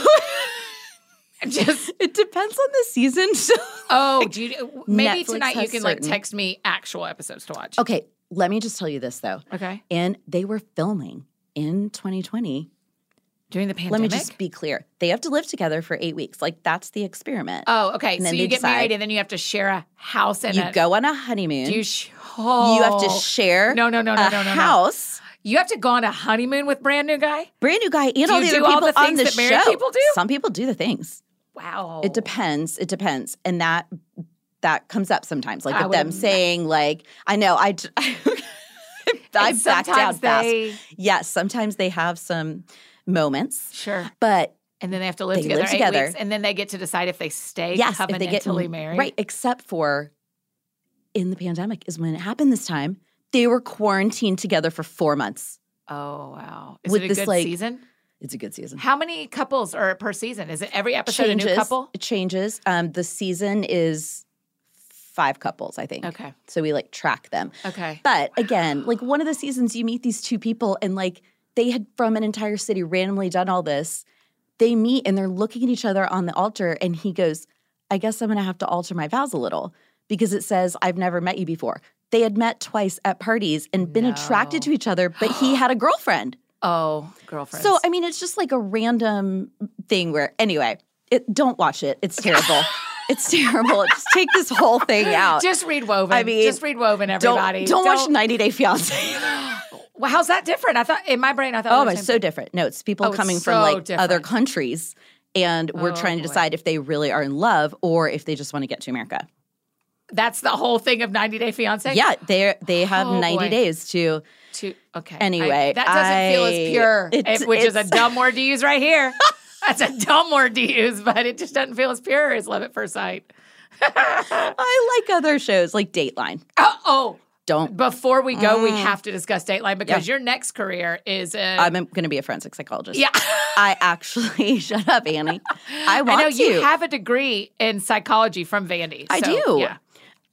A: just
B: it depends on the season. So.
A: oh, do you, maybe
B: Netflix
A: tonight you
B: has
A: can like
B: certain-
A: text me actual episodes to watch.
B: Okay. Let me just tell you this, though.
A: Okay.
B: And they were filming in 2020
A: During the pandemic.
B: Let me just be clear. They have to live together for eight weeks. Like that's the experiment.
A: Oh, okay.
B: And
A: So
B: then
A: you
B: they
A: get married,
B: decide.
A: and then you have to share a house and
B: you
A: a,
B: go on a honeymoon.
A: You
B: You,
A: sh- oh.
B: have to share
A: No, no, no, no,
B: a
A: no, no, no.
B: house.
A: You have to go on a honeymoon with brand new guy.
B: Brand new guy and all the
A: you
B: other
A: do all
B: people
A: the
B: on
A: things
B: the
A: that married
B: show.
A: people do?
B: Some people do the things.
A: Wow.
B: It depends. It depends, and that that comes up sometimes, like
A: I
B: with
A: would
B: them
A: ima-
B: saying, like, "I know, I." j- I
A: And
B: backed out
A: sometimes
B: fast.
A: they-
B: Yes, sometimes they have some moments,
A: Sure.
B: but
A: And then they have to live
B: They
A: together
B: live
A: eight
B: together.
A: weeks, and then they get to decide if they stay
B: yes, if they get
A: covenantally married.
B: Right, except for in the pandemic is when it happened this time. They were quarantined together for four months.
A: Oh wow. Is
B: With
A: it a
B: this,
A: good
B: like,
A: season?
B: It's a good season.
A: How many couples are per season? Is it every episode a new couple?
B: It changes. Um, the season is five couples, I think.
A: Okay.
B: So we like track them.
A: Okay.
B: But again, like one of the seasons, you meet these two people, and like they had from an entire city randomly done all this. They meet and they're looking at each other on the altar, and he goes, I guess I'm gonna have to alter my vows a little because it says, I've never met you before. They had met twice at parties and been attracted
A: No.
B: to each other, but he had a girlfriend.
A: Oh, girlfriends.
B: So, I mean, it's just like a random thing where, anyway, it, don't watch it. It's terrible. it's terrible. Just take this whole thing out.
A: just read Woven.
B: I mean,
A: just read Woven,
B: don't,
A: everybody.
B: don't watch 90 Day Fiance.
A: Well, how's that different? I thought in my brain, I thought.
B: Oh,
A: it was
B: it's
A: the
B: so
A: same thing.
B: different. No, it's people
A: Oh, it's
B: coming
A: so
B: from like other
A: different.
B: countries, and we're
A: Oh,
B: trying to
A: boy.
B: decide if they really are in love or if they just want to get to America.
A: That's the whole thing of 90 Day Fiance.
B: yeah, they they have
A: Oh,
B: 90
A: boy.
B: days to.
A: To okay. I-
B: Anyway,
A: that doesn't feel
B: I-
A: as pure,
B: it's-
A: eh, which is a
B: it's-
A: dumb word to use right here. That's a dumb word to use, but it just doesn't feel as pure as Love at First Sight.
B: I like other shows like Dateline.
A: Oh, oh,
B: Don't.
A: before we go, we have to discuss Dateline because your next career is a.
B: Mm. I'm going to be a forensic psychologist.
A: yeah,
B: I actually shut up, Annie. I want
A: I know
B: to.
A: you have a degree in psychology from Vandy.
B: I
A: so,
B: do.
A: Yeah.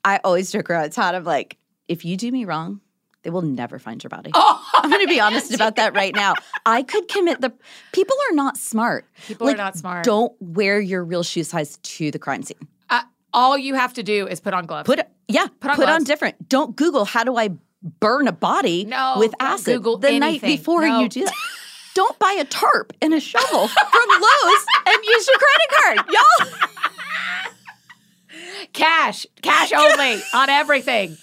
B: I always joke around. It's hot. I'm like, if you do me wrong, they will never find your
A: Oh,
B: body. I'm going to be honest about that right now. I could commit the. People are not smart.
A: People are not smart.
B: Don't wear your real shoe size to the crime scene.
A: Uh, all you have to do is put on gloves.
B: Put yeah, put
A: on
B: on,
A: gloves.
B: different. Don't Google how do I burn a body
A: No,
B: with
A: don't
B: acid
A: Google
B: the night
A: anything.
B: before
A: No.
B: you do that. Don't buy a tarp and a shovel from Lowe's and use your credit card, y'all.
A: cash, cash only on everything.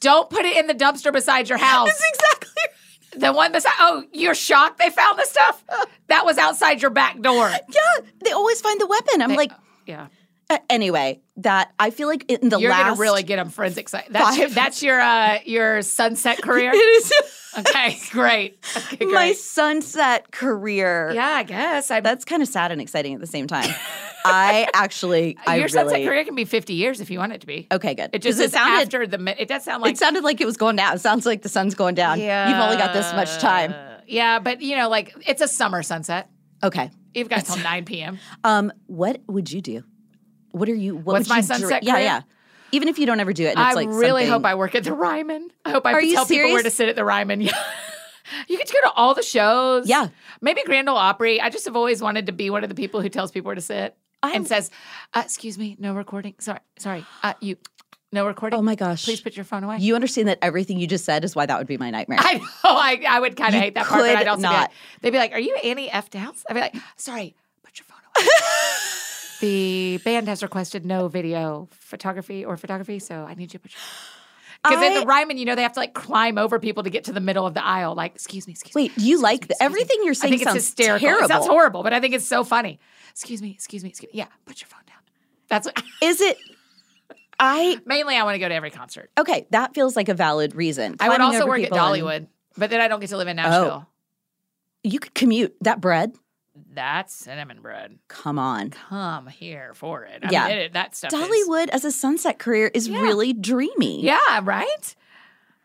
A: Don't put it in the dumpster beside your house.
B: That's exactly. Right.
A: The one beside, oh, you're shocked they found the stuff? That was outside your back door.
B: Yeah, they always find the weapon. I'm like,
A: yeah.
B: A- Anyway, that I feel like in the
A: You're
B: last
A: gonna really get them forensic science. That's, your-
B: five-
A: that's your uh, your sunset career.
B: it is
A: Okay, great. Okay, great.
B: my sunset career.
A: yeah, I guess. I,
B: That's kind of sad and exciting at the same time. I actually, I
A: your
B: really
A: sunset career can be 50 years if you want it to be.
B: okay, good.
A: It just
B: 'Cause
A: is
B: sounded
A: after the. mi- It does sound like
B: it sounded like it was going down. It sounds like the sun's going down. You've only got this much time.
A: uh, Yeah, but you know, like it's a summer sunset.
B: Okay.
A: You've got till 9 p.m.
B: Um, what would you do? What are you? What
A: What's
B: would
A: my
B: you
A: sunset
B: dra-
A: career?
B: Yeah, yeah. Even if you don't ever do it, and it's
A: I
B: like
A: really
B: something-
A: hope I work at the Ryman. I hope I
B: Are
A: can
B: you
A: tell people where
B: serious?
A: to sit at the Ryman. Yeah. You get to go to all the shows.
B: Yeah.
A: Maybe Grand Ole Opry. I just have always wanted to be one of the people who tells people where to sit
B: I'm-
A: and says, uh, "Excuse me, no recording. Sorry, sorry. Uh, you, no recording.
B: Oh my gosh!
A: Please put your phone away."
B: you understand that everything you just said is why that would be my nightmare.
A: I know. I, I would kind of
B: You
A: hate that part, but
B: could
A: I'd also be
B: not.
A: like- they'd be like, "Are you Annie F. Downs?" I'd be like, "Sorry, put your phone away." the band has requested no video photography or photography, so I need you to put your. Because at
B: I-
A: the Ryman, you know, they have to like climb over people to get to the middle of the aisle. Like, excuse me, excuse me.
B: Wait, you like the,
A: excuse me.
B: everything you're
A: I
B: saying
A: think it's
B: sounds
A: hysterical.
B: terrible.
A: It sounds horrible, but I think it's so funny. Excuse me, excuse me, excuse me. Yeah, put your phone down. That's what,
B: Is it? I
A: mainly I want to go to every concert.
B: okay. That feels like a valid reason.
A: I would
B: Climbing
A: also
B: over
A: work at
B: people and- Oh.
A: Dollywood, but then I don't get to live in Nashville.
B: you could commute that bread.
A: That's cinnamon bread.
B: Come on.
A: come here for it. I
B: Yeah.
A: mean, it, that stuff. is-
B: Dollywood as a sunset career is
A: Yeah.
B: really dreamy.
A: yeah, right.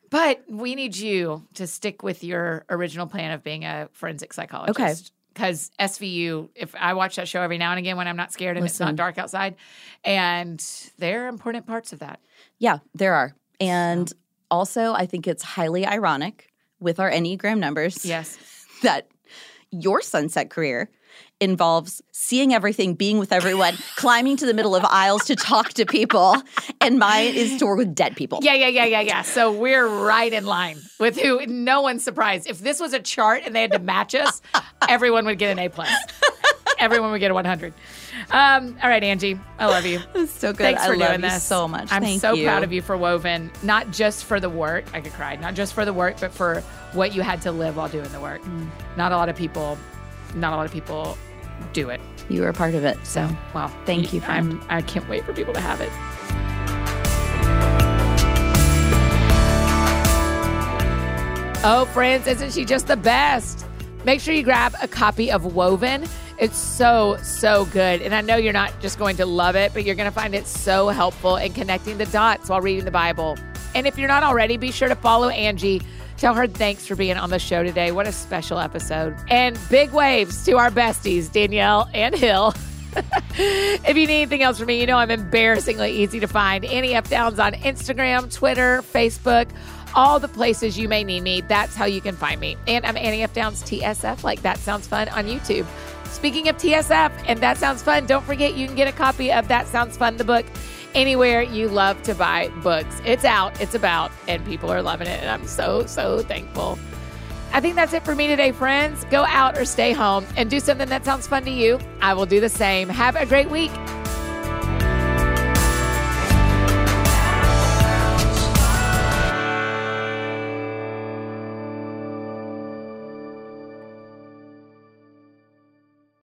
A: But we need you to stick with your original plan of being a forensic psychologist. Because SVU, if I watch that show every now and again when I'm not scared and it's not
B: Listen.
A: dark outside, and there are important parts of that.
B: Yeah, there are. And also, I think it's highly ironic with our Enneagram numbers
A: Yes.
B: that your sunset career involves seeing everything, being with everyone, climbing to the middle of aisles to talk to people, and mine is to work with dead people.
A: Yeah, yeah, yeah, yeah, yeah. So we're right in line with who. No one's surprised. If this was a chart and they had to match us, everyone would get an A plus. Everyone would get a 100. Um, all right, Angie, I love you.
B: It's so good.
A: Thanks
B: I
A: for
B: love
A: doing
B: you
A: this
B: so much.
A: I'm
B: Thank
A: so
B: you.
A: proud of you for Woven, not just for the work. I could cry. Not just for the work, but for what you had to live while doing the work.
B: Mm.
A: Not a lot of people, not a lot of people do it.
B: You were a part of it.
A: So, wow.
B: Thank you, friend.
A: I'm. I can't wait for people to have it. Oh, friends, isn't she just the best? Make sure you grab a copy of Woven. It's so, so good. And I know you're not just going to love it, but you're going to find it so helpful in connecting the dots while reading the Bible. And if you're not already, be sure to follow Angie. Tell her thanks for being on the show today. What a special episode. And big waves to our besties, Danielle and Hill. if you need anything else from me, you know I'm embarrassingly easy to find. Annie F. Downs on Instagram, Twitter, Facebook, all the places you may need me. That's how you can find me. And I'm Annie F. Downs TSF, like that sounds fun on YouTube. Speaking of TSF and That Sounds Fun, don't forget you can get a copy of That Sounds Fun, the book, anywhere you love to buy books. It's out, it's about, and people are loving it. And I'm so, so thankful. I think that's it for me today, friends. Go out or stay home and do something that sounds fun to you. I will do the same. Have a great week.